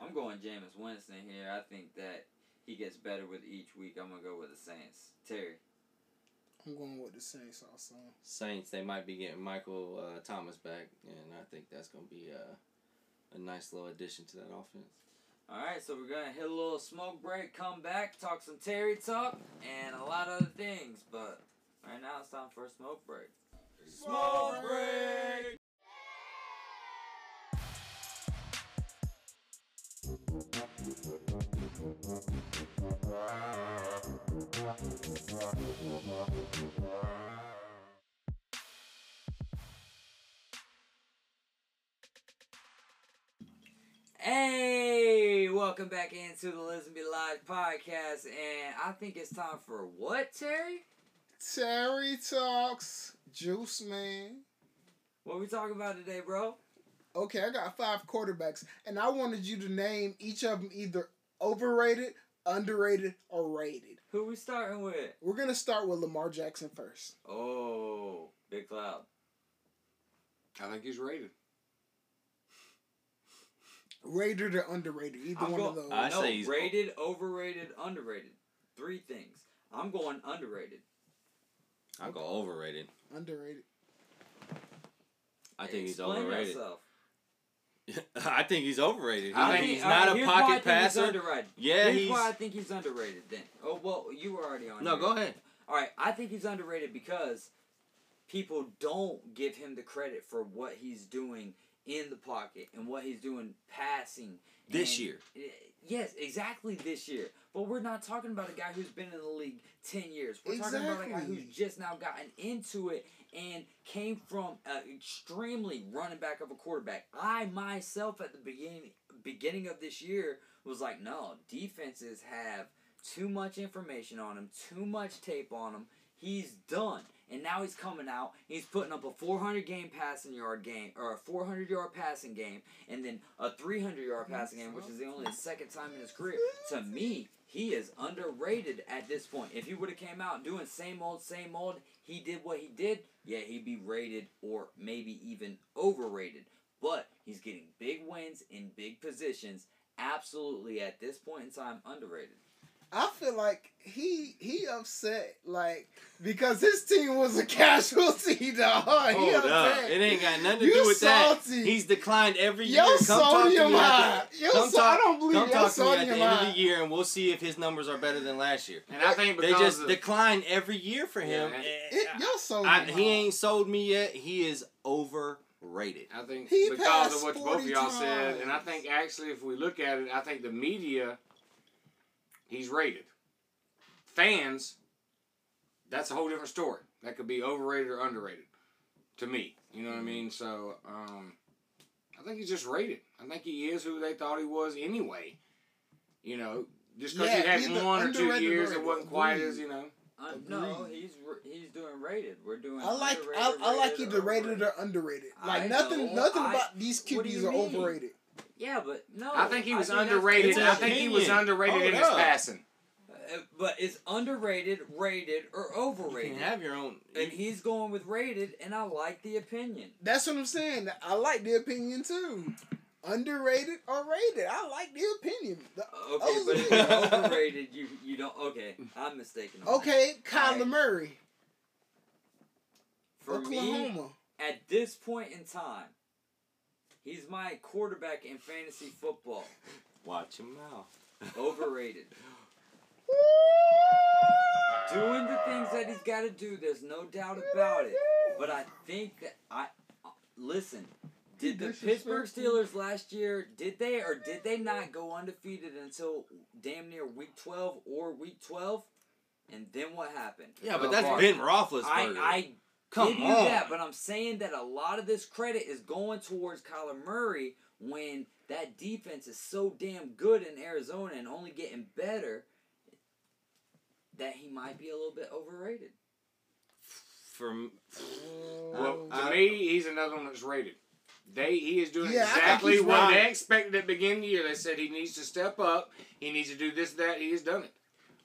Speaker 3: I'm going Jameis Winston here. I think that he gets better with each week. I'm gonna go with the Saints. Terry.
Speaker 5: I'm going with the Saints also.
Speaker 6: Saints, they might be getting Michael uh, Thomas back, and I think that's going to be uh, a nice little addition to that offense.
Speaker 3: All right, so we're gonna hit a little smoke break, come back, talk some Terry talk, and a lot of other things. But right now it's time for a smoke break.
Speaker 7: Smoke break.
Speaker 3: Hey, welcome back into the Listen Be Live podcast, and I think it's time for what, Terry?
Speaker 5: Terry Talks, Juice Man.
Speaker 3: What we talking about today, bro?
Speaker 5: Okay, I got five quarterbacks, and I wanted you to name each of them either overrated, underrated, or rated.
Speaker 3: Who we starting with?
Speaker 5: We're gonna start with Lamar Jackson first.
Speaker 3: Oh, Big Cloud.
Speaker 4: I think he's rated.
Speaker 5: Rated or underrated, either
Speaker 3: I'm
Speaker 5: one
Speaker 3: go-
Speaker 5: of those.
Speaker 6: I
Speaker 3: no,
Speaker 6: say he's-
Speaker 3: rated, overrated, underrated. Three things. I'm going underrated.
Speaker 6: I go overrated.
Speaker 5: underrated.
Speaker 6: I think he's
Speaker 3: Explain
Speaker 6: overrated.
Speaker 3: yourself.
Speaker 6: [LAUGHS] I think he's overrated.
Speaker 4: I
Speaker 6: He-
Speaker 4: think-
Speaker 6: he's
Speaker 3: all
Speaker 6: not
Speaker 3: right,
Speaker 6: a
Speaker 3: here's why I
Speaker 6: pocket
Speaker 3: think he's
Speaker 6: passer.
Speaker 3: underrated.
Speaker 6: Yeah,
Speaker 3: here's
Speaker 6: he's.
Speaker 3: why I think he's underrated. Then. Oh well, you were already on.
Speaker 6: No,
Speaker 3: here.
Speaker 6: go ahead.
Speaker 3: All right, I think he's underrated because people don't give him the credit for what he's doing in the pocket and what he's doing passing
Speaker 6: This
Speaker 3: and-
Speaker 6: year.
Speaker 3: Eh, Yes, exactly this year. But we're not talking about a guy who's been in the league 10 years. We're talking about a guy
Speaker 5: Exactly.
Speaker 3: who's just now gotten into it and came from an extremely running back of a quarterback. I myself at the beginning beginning of this year was like, "No, defenses have too much information on him, too much tape on him. He's done." And now he's coming out. He's putting up a 400 game passing yard game or a 400 yard passing game and then a 300 yard passing game, which is the only second time in his career. To me, he is underrated at this point. If he would have came out doing same old, same old, he did what he did. Yeah, he'd be rated or maybe even overrated. But he's getting big wins in big positions. Absolutely, at this point in time, underrated.
Speaker 5: I feel like he he upset like because his team was a [LAUGHS] casualty, dog. he
Speaker 6: Hold up.
Speaker 5: upset.
Speaker 6: It ain't got nothing to
Speaker 5: You
Speaker 6: do with
Speaker 5: salty.
Speaker 6: that. He's declined every
Speaker 5: Yo,
Speaker 6: year. Come talk to
Speaker 5: sodium
Speaker 6: me
Speaker 5: high.
Speaker 6: at the,
Speaker 5: Yo,
Speaker 6: come
Speaker 5: so,
Speaker 6: talk,
Speaker 5: I don't believe
Speaker 6: come
Speaker 5: yo,
Speaker 6: talk to me at the
Speaker 5: sodium
Speaker 6: end
Speaker 5: high.
Speaker 6: of the year, and we'll see if his numbers are better than last year.
Speaker 4: And I think
Speaker 6: They
Speaker 4: because
Speaker 6: just
Speaker 4: of,
Speaker 6: decline every year for him.
Speaker 4: Yeah.
Speaker 6: Eh,
Speaker 5: It, yo, sodium
Speaker 6: I,
Speaker 5: high.
Speaker 6: he ain't sold me yet. He is overrated.
Speaker 4: I think
Speaker 5: He
Speaker 4: because of
Speaker 5: passed
Speaker 4: what both of
Speaker 5: 40
Speaker 4: y'all said, and I
Speaker 5: times.
Speaker 4: think actually if we look at it, I think the media, he's rated. Fans, that's a whole different story. That could be overrated or underrated, to me. You know what I mean? So um, I think he's just rated. I think he is who they thought he was anyway. You know, just because
Speaker 5: Yeah,
Speaker 4: he
Speaker 5: either
Speaker 4: had one or two
Speaker 5: underrated or
Speaker 4: years, it
Speaker 5: rated.
Speaker 4: wasn't quite
Speaker 5: Agreed.
Speaker 4: as you know.
Speaker 3: Uh, no,
Speaker 5: Agreed.
Speaker 3: he's r- he's doing rated. We're doing.
Speaker 5: I like
Speaker 3: underrated,
Speaker 5: I, I like
Speaker 3: rated,
Speaker 5: either rated
Speaker 3: overrated.
Speaker 5: or underrated. Like
Speaker 3: I
Speaker 5: nothing
Speaker 3: know,
Speaker 5: nothing
Speaker 3: I-
Speaker 5: about these
Speaker 3: what do
Speaker 5: QBs
Speaker 3: you
Speaker 5: are
Speaker 3: mean?
Speaker 5: overrated.
Speaker 3: Yeah, but no.
Speaker 4: I think he was
Speaker 3: Oh, that's-
Speaker 4: underrated.
Speaker 6: It's
Speaker 4: I think he was
Speaker 6: opinion.
Speaker 4: underrated
Speaker 6: Hold
Speaker 4: in his
Speaker 6: up.
Speaker 4: passing.
Speaker 3: Uh, but it's underrated, rated,
Speaker 4: [LAUGHS]
Speaker 3: or
Speaker 6: You can
Speaker 3: overrated.
Speaker 6: have your own.
Speaker 3: and he's going with rated, and I like the opinion.
Speaker 5: That's what I'm saying. I like the opinion too. Underrated or rated? I like the opinion. The-
Speaker 3: Okay, but if you're [LAUGHS] overrated, you you don't. Okay, I'm mistaken. on that.
Speaker 5: okay, Kyler
Speaker 3: Alright.
Speaker 5: Murray,
Speaker 3: for me,
Speaker 5: Oklahoma.
Speaker 3: at this point in time, he's my quarterback in fantasy football.
Speaker 6: Watch him now.
Speaker 3: Overrated. Doing the things that he's got to do. There's no doubt about it. But I think that I uh, listen. Did the Pittsburgh Steelers last year? Did they or did they not go undefeated until damn near week twelve or week twelve? And then what happened?
Speaker 6: Yeah,
Speaker 4: Oh,
Speaker 6: but that's
Speaker 4: fuck.
Speaker 6: Ben Roethlisberger.
Speaker 3: I I
Speaker 6: Come
Speaker 3: give you
Speaker 6: on.
Speaker 3: that, but I'm saying that a lot of this credit is going towards Kyler Murray when that defense is so damn good in Arizona and only getting better that he might be a little bit overrated.
Speaker 6: From
Speaker 4: Well, to
Speaker 6: I-
Speaker 4: me, he's another one that's rated. They he is doing
Speaker 5: Yeah, I think
Speaker 4: exactly
Speaker 5: he's
Speaker 4: what they
Speaker 5: right.
Speaker 4: expected at the beginning of the year. They said he needs to step up. He needs to do this, that. He has done it.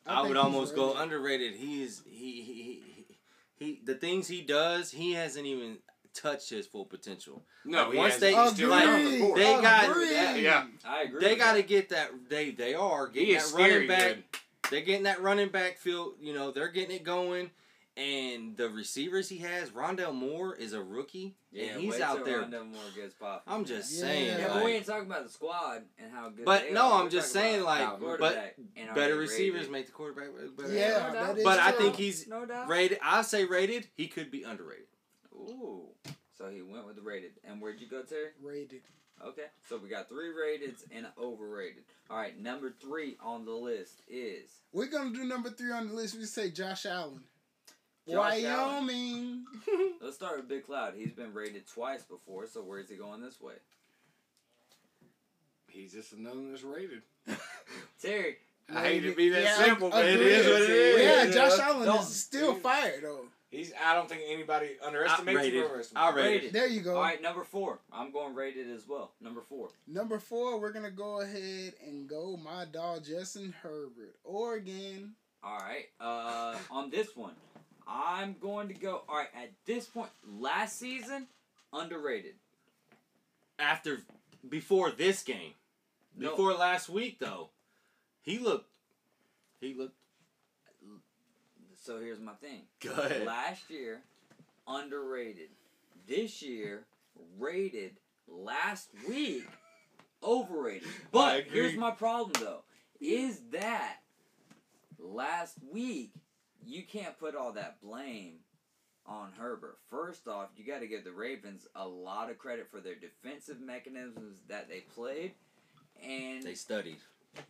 Speaker 6: I,
Speaker 5: think
Speaker 6: would
Speaker 5: he's
Speaker 6: almost go
Speaker 5: rated.
Speaker 6: underrated. He is he he, he he he the things he does. He hasn't even touched his full potential.
Speaker 4: No,
Speaker 6: Like,
Speaker 4: he
Speaker 6: once
Speaker 4: hasn't.
Speaker 5: Oh,
Speaker 6: they-
Speaker 4: He's still
Speaker 6: like,
Speaker 4: young, of course.
Speaker 6: they got-
Speaker 5: Agreed.
Speaker 4: yeah,
Speaker 3: I agree.
Speaker 6: They
Speaker 3: with
Speaker 6: got to
Speaker 3: that.
Speaker 6: get that. They they are
Speaker 4: he
Speaker 6: getting
Speaker 4: is
Speaker 6: that running
Speaker 4: scary.
Speaker 6: back.
Speaker 4: Back.
Speaker 6: They're getting that running back field. You know they're getting it going. And the receivers he has, Rondell Moore is a rookie,
Speaker 3: yeah,
Speaker 6: and he's
Speaker 3: wait
Speaker 6: out
Speaker 3: till
Speaker 6: there.
Speaker 3: Rondell Moore gets popping.
Speaker 6: I'm just
Speaker 5: Yeah.
Speaker 6: saying,
Speaker 3: Yeah, but
Speaker 6: like,
Speaker 3: we ain't talking about the squad and how good.
Speaker 6: But
Speaker 3: they
Speaker 6: no,
Speaker 3: are.
Speaker 6: I'm
Speaker 3: We're
Speaker 6: just
Speaker 3: talking
Speaker 6: saying,
Speaker 3: about
Speaker 4: like,
Speaker 3: the
Speaker 4: but
Speaker 3: quarterback and are
Speaker 6: better
Speaker 3: they
Speaker 6: receivers
Speaker 3: rated.
Speaker 6: make the quarterback better.
Speaker 5: Yeah,
Speaker 3: No doubt.
Speaker 5: that is
Speaker 6: But I
Speaker 5: true.
Speaker 6: think he's
Speaker 3: No doubt.
Speaker 6: rated. I say rated. He could be underrated.
Speaker 3: Ooh. So he went with the rated. And where'd you go, Terry?
Speaker 5: rated.
Speaker 3: Okay, so we got three rateds and an overrated. All right, number three on the list is
Speaker 5: We're gonna do number three on the list. We say Josh Allen,
Speaker 3: Josh Allen.
Speaker 5: Wyoming.
Speaker 3: Let's start with Big Cloud. He's been rated twice before, so where is he going this way?
Speaker 4: He's just another one that's rated.
Speaker 3: Terry,
Speaker 4: I hate to be that
Speaker 5: Yeah,
Speaker 4: simple, but it
Speaker 5: agreed.
Speaker 4: is what it is.
Speaker 5: Yeah,
Speaker 4: you
Speaker 5: Josh
Speaker 4: know?
Speaker 5: Allen
Speaker 4: Don't-
Speaker 5: is still
Speaker 4: dude,
Speaker 5: fire though.
Speaker 7: He's. I don't think anybody underestimates him.
Speaker 6: Outrated.
Speaker 7: or overestimates him.
Speaker 6: Outrated.
Speaker 3: Rated.
Speaker 5: There you go.
Speaker 3: All right, number four. I'm going rated as well. Number four.
Speaker 5: Number four, we're gonna go ahead and go my dog Justin Herbert, Oregon.
Speaker 3: All right. Uh, on this one, I'm going to go. All right. At this point, last season, underrated.
Speaker 6: After, before this game,
Speaker 3: No.
Speaker 6: before last week though, he looked, he looked
Speaker 3: So here's my thing.
Speaker 6: good.
Speaker 3: Last year, underrated. This year, rated. Last week, overrated. But
Speaker 6: agree.
Speaker 3: here's my problem though. Is that last week you can't put all that blame on Herbert. First off, you got to give the Ravens a lot of credit for their defensive mechanisms that they played and
Speaker 6: They studied.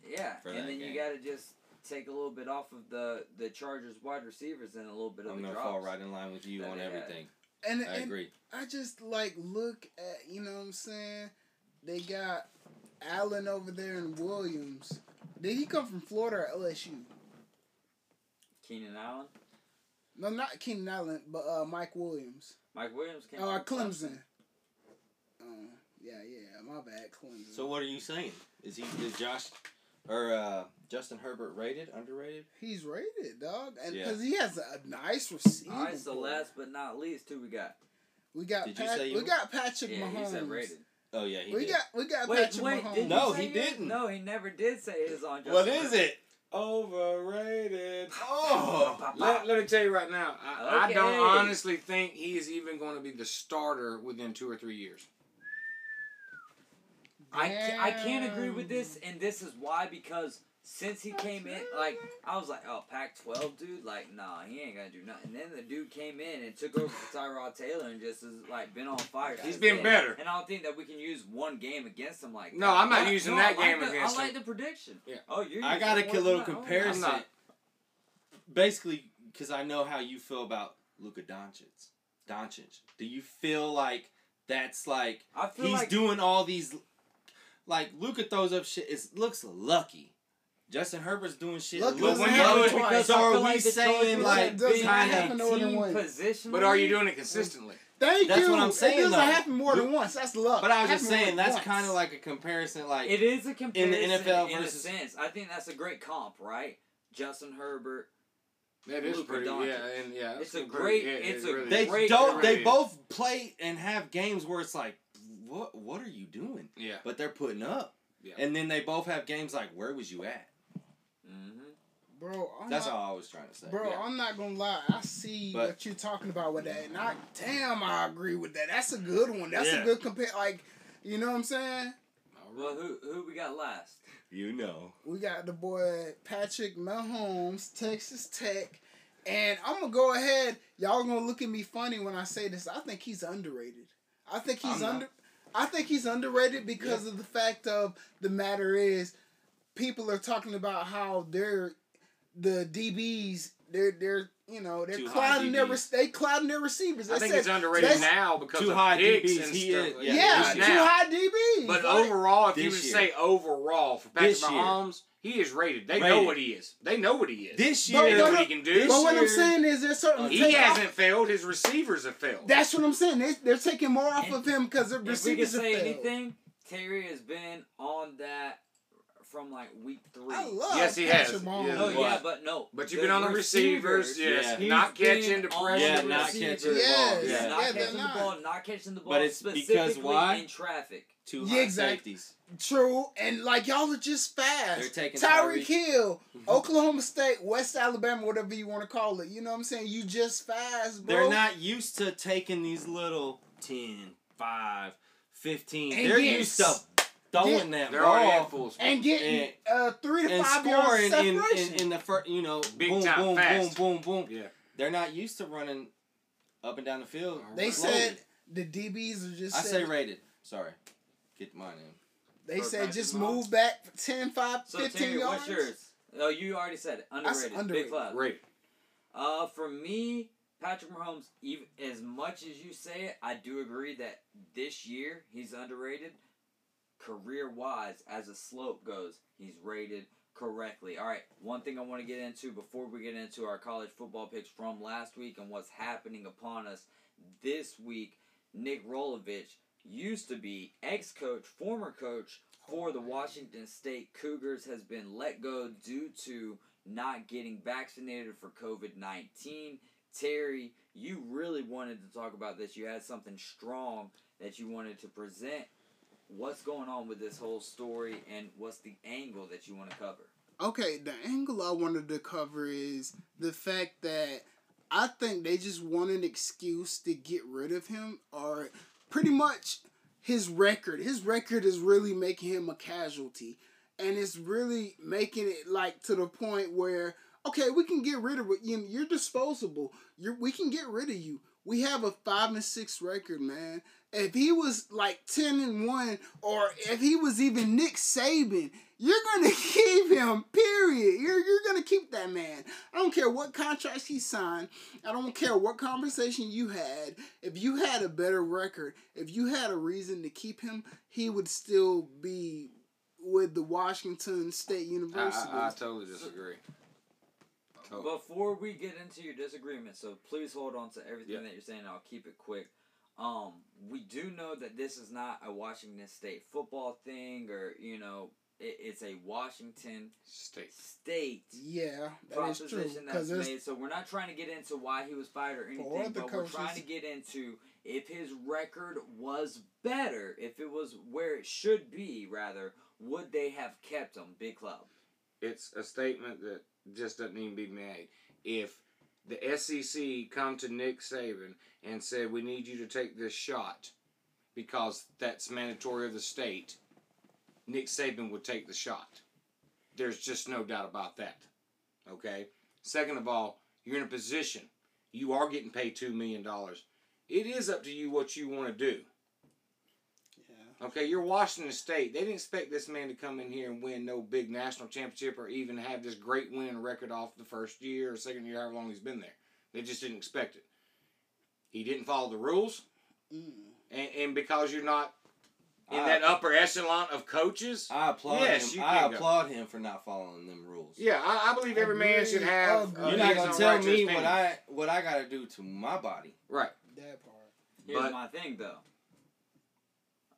Speaker 3: yeah,
Speaker 6: for
Speaker 3: and
Speaker 6: that
Speaker 3: then
Speaker 6: game.
Speaker 3: you got to just take a little bit off of the the Chargers wide receivers and a little bit of
Speaker 6: I'm
Speaker 3: the
Speaker 6: gonna
Speaker 3: drops.
Speaker 6: fall right in line with you
Speaker 3: that
Speaker 6: on
Speaker 3: they had.
Speaker 6: everything.
Speaker 5: And
Speaker 6: I
Speaker 5: and
Speaker 6: agree.
Speaker 5: I just like look at you know what I'm saying. They got Allen over there and Williams. Did he come from Florida or LSU?
Speaker 3: Keenan Allen,
Speaker 5: No, not Keenan Allen, but uh, Mike Williams.
Speaker 3: Mike Williams came.
Speaker 5: Or uh,
Speaker 3: from
Speaker 5: Clemson. Uh, yeah, yeah, my bad, Clemson.
Speaker 6: So what are you saying? Is he is Josh or uh, Justin Herbert rated underrated?
Speaker 5: he's rated, dog, and
Speaker 6: Yeah.
Speaker 5: because he has a nice receiver.
Speaker 3: All right, so last but not least, who we got?
Speaker 5: we got
Speaker 6: Did you
Speaker 5: Pat-
Speaker 6: say you-
Speaker 5: we got Patrick
Speaker 3: Yeah,
Speaker 5: Mahomes.
Speaker 3: he said rated.
Speaker 6: Oh yeah, he
Speaker 5: we
Speaker 6: did.
Speaker 5: got we got
Speaker 3: Wait,
Speaker 5: Patrick
Speaker 3: wait,
Speaker 5: Mahomes.
Speaker 3: did
Speaker 6: No,
Speaker 3: say
Speaker 6: he
Speaker 3: it?
Speaker 6: didn't.
Speaker 3: No, he never did say it is on. Justin
Speaker 6: what is
Speaker 3: Herbert.
Speaker 6: it?
Speaker 7: Overrated.
Speaker 6: [LAUGHS] Oh,
Speaker 4: Let, let me tell you right now, I, I don't
Speaker 3: Okay.
Speaker 4: honestly think he is even going to be the starter within two or three years.
Speaker 3: I can't, I can't agree with this, and this is why because since he came in, like I was like, oh, Pac-12 dude, like nah, he ain't gonna do nothing. And then the dude came in and took over for Tyrod Taylor and just has like been on fire.
Speaker 4: He's
Speaker 3: since
Speaker 4: been
Speaker 3: then.
Speaker 4: better.
Speaker 3: And I don't think that we can use one game against him like.
Speaker 4: No,
Speaker 3: that.
Speaker 4: I'm not
Speaker 3: I-
Speaker 4: using
Speaker 3: no, I
Speaker 4: that
Speaker 3: like
Speaker 4: game
Speaker 3: the-
Speaker 4: against
Speaker 3: I like
Speaker 4: him.
Speaker 3: the prediction.
Speaker 4: Yeah.
Speaker 3: Oh, you're.
Speaker 6: I
Speaker 3: using
Speaker 6: got a
Speaker 3: one
Speaker 6: little
Speaker 3: word. Oh,
Speaker 6: comparison.
Speaker 4: not.
Speaker 6: Basically, because I know how you feel about Luka Doncic. Doncic, do you feel like that's like
Speaker 3: I feel
Speaker 6: he's
Speaker 3: like
Speaker 6: doing all these? Like Luka throws up shit. It looks lucky. Justin Herbert's doing shit.
Speaker 5: Luck
Speaker 6: looks
Speaker 5: doesn't
Speaker 4: happen
Speaker 6: lucky.
Speaker 5: twice.
Speaker 6: So
Speaker 3: I
Speaker 6: are
Speaker 3: feel
Speaker 6: we
Speaker 3: like the
Speaker 6: saying
Speaker 3: Chargers
Speaker 6: like
Speaker 5: It doesn't
Speaker 6: kind of
Speaker 5: happen more than once.
Speaker 3: position.
Speaker 4: But are you doing it consistently?
Speaker 5: Thank
Speaker 6: That's
Speaker 5: you.
Speaker 6: what I'm saying,
Speaker 5: It doesn't
Speaker 6: though.
Speaker 5: happen more than once. That's luck.
Speaker 6: But I was just
Speaker 5: Happen more
Speaker 6: saying
Speaker 5: than
Speaker 6: that's
Speaker 5: once.
Speaker 6: kind of like a comparison. Like
Speaker 3: It is a comparison in the
Speaker 6: NFL
Speaker 3: NFL
Speaker 6: versus-
Speaker 3: in a sense. I think that's a great comp, right? Justin Herbert.
Speaker 4: That is
Speaker 3: Luka
Speaker 4: pretty, yeah,
Speaker 3: Doncic.
Speaker 4: and yeah.
Speaker 3: It's
Speaker 4: that's
Speaker 3: a
Speaker 4: pretty-
Speaker 3: great-
Speaker 4: yeah, it
Speaker 3: it's a
Speaker 4: really
Speaker 6: they
Speaker 4: is.
Speaker 3: great
Speaker 6: don't.
Speaker 4: It
Speaker 6: They
Speaker 4: really
Speaker 6: both play and have games where it's like, what? What are you doing?
Speaker 4: is. Yeah.
Speaker 6: But they're putting up.
Speaker 4: Yeah.
Speaker 6: And then they both have games like, where was you at?
Speaker 3: Mm-hmm.
Speaker 5: bro. I'm
Speaker 6: That's
Speaker 3: Uh-huh.
Speaker 5: not,
Speaker 6: all I was trying to say.
Speaker 5: Bro,
Speaker 4: yeah.
Speaker 5: I'm not gonna lie. I see
Speaker 6: But-
Speaker 5: what you're talking about with that, and I damn, I agree with that. That's a good one. That's
Speaker 6: Yeah.
Speaker 5: a good compare. Like, you know what I'm saying?
Speaker 3: Well, who who we got last?
Speaker 6: You know.
Speaker 5: We got the boy Patrick Mahomes, Texas Tech, and I'm gonna go ahead. Y'all gonna look at me funny when I say this. I think he's underrated. I think he's
Speaker 6: I'm not.
Speaker 5: under. I think he's underrated because of the fact of the matter is, people are talking about how they're the DBs. They're they're you know they're
Speaker 6: Too high
Speaker 5: clouding their re-
Speaker 6: DBs.
Speaker 5: they clouding their receivers. They
Speaker 4: I think
Speaker 5: said-
Speaker 4: it's underrated
Speaker 5: that's-
Speaker 4: now because
Speaker 6: Too
Speaker 4: of
Speaker 6: high
Speaker 4: picks
Speaker 6: DBs,
Speaker 4: and
Speaker 6: he
Speaker 4: stuff.
Speaker 6: is-
Speaker 4: like
Speaker 5: Yeah,
Speaker 6: Yeah,
Speaker 4: that.
Speaker 5: too
Speaker 6: now.
Speaker 5: high DBs. like-
Speaker 4: But overall, if you
Speaker 6: This
Speaker 4: would
Speaker 6: year.
Speaker 4: say overall for Patrick
Speaker 6: This year.
Speaker 4: Mahomes, he is rated. They know
Speaker 6: Rated.
Speaker 4: what he is. They know what he is.
Speaker 6: This
Speaker 5: But-
Speaker 4: they
Speaker 6: year,
Speaker 4: know
Speaker 5: but-
Speaker 4: what he can do.
Speaker 6: this
Speaker 5: But what I'm
Speaker 6: year-
Speaker 5: saying is there's certain
Speaker 4: he
Speaker 5: take-
Speaker 4: hasn't failed. His receivers have failed.
Speaker 5: That's what I'm saying. They, they're taking more off
Speaker 3: And-
Speaker 5: of him because the
Speaker 3: If we can
Speaker 5: receivers are
Speaker 3: say
Speaker 5: failed.
Speaker 3: anything, Terry has been on that from like week three.
Speaker 5: I love
Speaker 4: Yes, he
Speaker 5: Patrick
Speaker 4: has.
Speaker 5: Mahomes.
Speaker 4: Yeah.
Speaker 3: no, yeah,
Speaker 6: What?
Speaker 3: but no.
Speaker 4: but you've been on the receivers, yes,
Speaker 6: Yeah.
Speaker 4: not
Speaker 3: He's been
Speaker 4: catching,
Speaker 3: on the
Speaker 4: depression.
Speaker 6: Yeah, not
Speaker 3: receivers.
Speaker 6: catching the ball.
Speaker 5: Yes.
Speaker 3: Yeah,
Speaker 5: Yeah,
Speaker 6: Yeah.
Speaker 3: not
Speaker 5: they're
Speaker 3: catching
Speaker 5: not.
Speaker 3: the ball, not catching the ball.
Speaker 6: But it's because
Speaker 3: specifically
Speaker 6: why?
Speaker 3: In traffic.
Speaker 6: Too
Speaker 5: Yeah,
Speaker 6: high
Speaker 5: exactly.
Speaker 6: safeties.
Speaker 5: True, and like y'all are just
Speaker 6: They're
Speaker 5: fast.
Speaker 6: taking
Speaker 5: Tyreek
Speaker 6: Tyreek. Mm-hmm.
Speaker 5: Hill, Oklahoma State, West Alabama, whatever you want to call it. You know what I'm saying? You just fast, bro.
Speaker 6: They're not used to taking these little 10, 5, 15.
Speaker 5: And
Speaker 6: They're
Speaker 5: getting
Speaker 6: used to
Speaker 5: s-
Speaker 6: throwing that
Speaker 4: They're already at
Speaker 6: ball
Speaker 4: full speed.
Speaker 5: and getting
Speaker 6: And-
Speaker 5: uh, three to
Speaker 6: and
Speaker 5: five yards
Speaker 6: scoring in,
Speaker 5: separation.
Speaker 6: in, in the first, you know,
Speaker 4: Big
Speaker 6: boom,
Speaker 4: time,
Speaker 6: boom,
Speaker 4: fast.
Speaker 6: boom, boom, boom.
Speaker 4: Yeah.
Speaker 6: They're not used to running up and down the field.
Speaker 5: they
Speaker 4: Right.
Speaker 6: slowly.
Speaker 5: said the DBs are just.
Speaker 6: I say
Speaker 5: said-
Speaker 6: rated. Sorry. Get mine in.
Speaker 5: They
Speaker 4: For
Speaker 5: said
Speaker 4: Patrick
Speaker 5: just
Speaker 4: Mahomes.
Speaker 5: move back 10, 5,
Speaker 3: So
Speaker 5: 15
Speaker 3: Terry,
Speaker 5: yards.
Speaker 3: what's yours? Oh, you already said it.
Speaker 5: said
Speaker 3: Underrated.
Speaker 5: underrated.
Speaker 3: Big cloud.
Speaker 4: Rated.
Speaker 3: Uh, for me, Patrick Mahomes, even as much as you say it, I do agree that this year he's underrated. Career wise, as a slope goes, he's rated. correctly. All right, one thing I want to get into before we get into our college football picks from last week and what's happening upon us this week, Nick Rolovich used to be ex coach, former coach for the Washington State Cougars, has been let go due to not getting vaccinated for COVID 19. Terry, you really wanted to talk about this. You had something strong that you wanted to present what's going on with this whole story and what's the angle that you want to cover?
Speaker 5: Okay, the angle I wanted to cover is the fact that I think they just want an excuse to get rid of him or pretty much his record. His record is really making him a casualty. And it's really making it like to the point where, okay, we can get rid of you. You're disposable. You're, we can get rid of you. We have a five and six record, man. If he was like ten and one, or if he was even Nick Saban, you're gonna [LAUGHS] keep him. Period. You're you're gonna keep that man. I don't care what contracts he signed. I don't care what conversation you had. If you had a better record, if you had a reason to keep him, he would still be with the Washington State
Speaker 4: I,
Speaker 5: University.
Speaker 4: I, I totally disagree. Totally.
Speaker 3: Before we get into your disagreement, so please hold on to everything
Speaker 4: Yeah.
Speaker 3: that you're saying. I'll keep it quick. Um, we do know that this is not a Washington State football thing, or you know, it, it's a Washington
Speaker 4: State.
Speaker 3: State
Speaker 5: yeah, that is true.
Speaker 3: proposition that's
Speaker 5: Because there's
Speaker 3: made. So we're not trying to get into why he was fired or
Speaker 5: other
Speaker 3: anything, but
Speaker 5: coaches-
Speaker 3: we're trying to get into if his record was better, if it was where it should be, rather, would they have kept him? Big club.
Speaker 4: It's a statement that just doesn't even be made. If the E SEC come to Nick Saban and said, "We need you to take this shot," because that's mandatory of the state, Nick Saban would take the shot. There's just no doubt about that. Okay. Second of all, you're in a position. You are getting paid two million dollars. It is up to you what you want to do. Okay, you're Washington State. They didn't expect this man to come in here and win no big national championship or even have this great winning record off the first year or second year, however long he's been there. They just didn't expect it. He didn't follow the rules.
Speaker 5: mm,
Speaker 4: And, and because you're not in
Speaker 6: I-
Speaker 4: that upper echelon of coaches.
Speaker 6: I applaud
Speaker 4: Yes,
Speaker 6: him.
Speaker 4: you
Speaker 6: I
Speaker 4: can go.
Speaker 6: applaud him for not following them rules.
Speaker 4: yeah, I, I believe every man should
Speaker 5: Agreed.
Speaker 4: have.
Speaker 5: Agreed.
Speaker 4: uh,
Speaker 6: You're not
Speaker 4: his
Speaker 6: gonna
Speaker 4: own
Speaker 6: tell
Speaker 4: right to
Speaker 6: me
Speaker 4: his
Speaker 6: what
Speaker 4: opinion.
Speaker 6: I what I gotta do to my body.
Speaker 4: Right.
Speaker 5: that part.
Speaker 3: Here's
Speaker 4: But-
Speaker 3: my thing, though.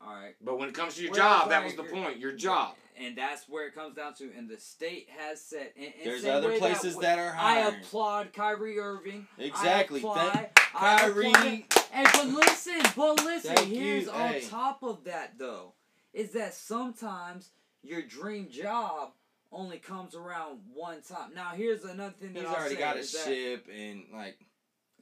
Speaker 3: All right.
Speaker 4: But when it comes to your
Speaker 3: Whereas
Speaker 4: job, that
Speaker 3: I
Speaker 4: was the
Speaker 3: agree-
Speaker 4: point. Your job.
Speaker 3: And that's where it comes down to. And the state has said. And, and
Speaker 6: There's
Speaker 3: same
Speaker 6: other
Speaker 3: way
Speaker 6: places
Speaker 3: w-
Speaker 6: that are hiring.
Speaker 3: I applaud Kyrie Irving.
Speaker 6: Exactly.
Speaker 3: I applaud,
Speaker 6: Thank-
Speaker 3: I applaud-
Speaker 6: Kyrie.
Speaker 3: Hey, but listen, but listen.
Speaker 6: Thank you,
Speaker 3: here's on
Speaker 6: hey.
Speaker 3: top of that though, is that sometimes your dream job only comes around one time. Now here's another thing that
Speaker 6: He's
Speaker 3: I'll
Speaker 6: already
Speaker 3: say
Speaker 6: got a
Speaker 3: is that-
Speaker 6: ship and like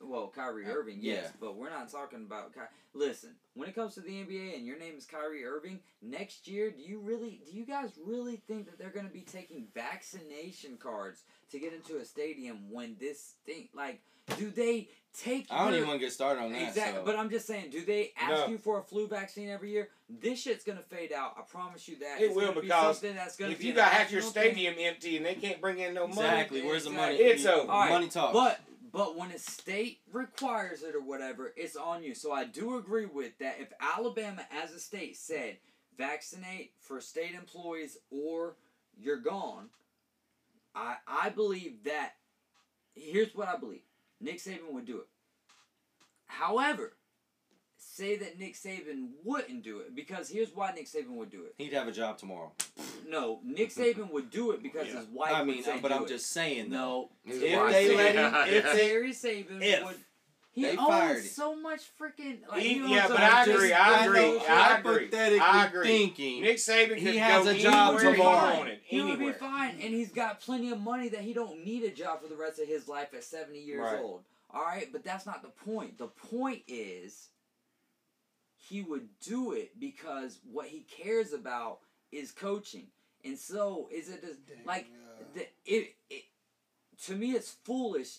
Speaker 3: Well, Kyrie
Speaker 6: Uh,
Speaker 3: Irving, yes,
Speaker 6: yeah.
Speaker 3: but we're not talking about. Ky- Listen, when it comes to the NBA and your name is Kyrie Irving, next year, do you really, do you guys really think that they're going to be taking vaccination cards to get into a stadium when this thing, like, do they take?
Speaker 6: I don't
Speaker 3: your-
Speaker 6: even want to get started on that.
Speaker 3: Exactly,
Speaker 6: so.
Speaker 3: but I'm just saying, do they ask
Speaker 7: No.
Speaker 3: you for a flu vaccine every year? This shit's gonna fade out. I promise you that.
Speaker 7: It
Speaker 3: It's gonna
Speaker 7: will
Speaker 3: be
Speaker 7: because
Speaker 3: something that's gonna
Speaker 7: If
Speaker 3: be
Speaker 7: you
Speaker 3: an
Speaker 7: got half your
Speaker 3: optional thing.
Speaker 7: stadium empty and they can't bring in no money,
Speaker 6: exactly. Where's the money?
Speaker 7: It's
Speaker 6: You-
Speaker 7: over.
Speaker 3: Alright,
Speaker 6: Money talks.
Speaker 3: But but when a state requires it or whatever, it's on you. So I do agree with that. If Alabama as a state said vaccinate for state employees or you're gone, I I believe that here's what I believe. Nick Saban would do it. However, say that Nick Saban wouldn't do it because here's why Nick Saban would do it.
Speaker 6: he'd have a job tomorrow.
Speaker 3: No,
Speaker 6: [LAUGHS]
Speaker 3: Nick Saban would do it because his wife.
Speaker 6: I
Speaker 3: would
Speaker 6: mean,
Speaker 3: say
Speaker 6: but
Speaker 3: do
Speaker 6: I'm
Speaker 3: it.
Speaker 6: just saying though.
Speaker 3: no.
Speaker 4: His
Speaker 6: If
Speaker 4: wife
Speaker 6: they
Speaker 4: said-
Speaker 6: let him-
Speaker 4: Yeah,
Speaker 6: if
Speaker 4: yeah.
Speaker 6: they-
Speaker 3: Terry Saban
Speaker 6: if
Speaker 3: would. He
Speaker 6: they
Speaker 3: owns
Speaker 6: fired him.
Speaker 3: so much freaking. Like,
Speaker 7: He-
Speaker 3: he owns
Speaker 7: yeah,
Speaker 3: so
Speaker 7: but
Speaker 3: much
Speaker 7: I
Speaker 3: just-
Speaker 7: agree, I agree,
Speaker 6: know
Speaker 7: I agree,
Speaker 6: hypothetically
Speaker 7: I agree.
Speaker 6: Thinking,
Speaker 7: Nick Saban could
Speaker 6: He
Speaker 7: go
Speaker 6: has a job
Speaker 7: anywhere he
Speaker 6: tomorrow.
Speaker 7: wanted,
Speaker 3: He would be
Speaker 7: anywhere.
Speaker 3: fine, and he's got plenty of money that he don't need a job for the rest of his life at seventy years
Speaker 7: Right.
Speaker 3: old. All right, but that's not the point. The point is, he would do it because what he cares about is coaching, and so is it just, like the, it, it. To me, it's foolish.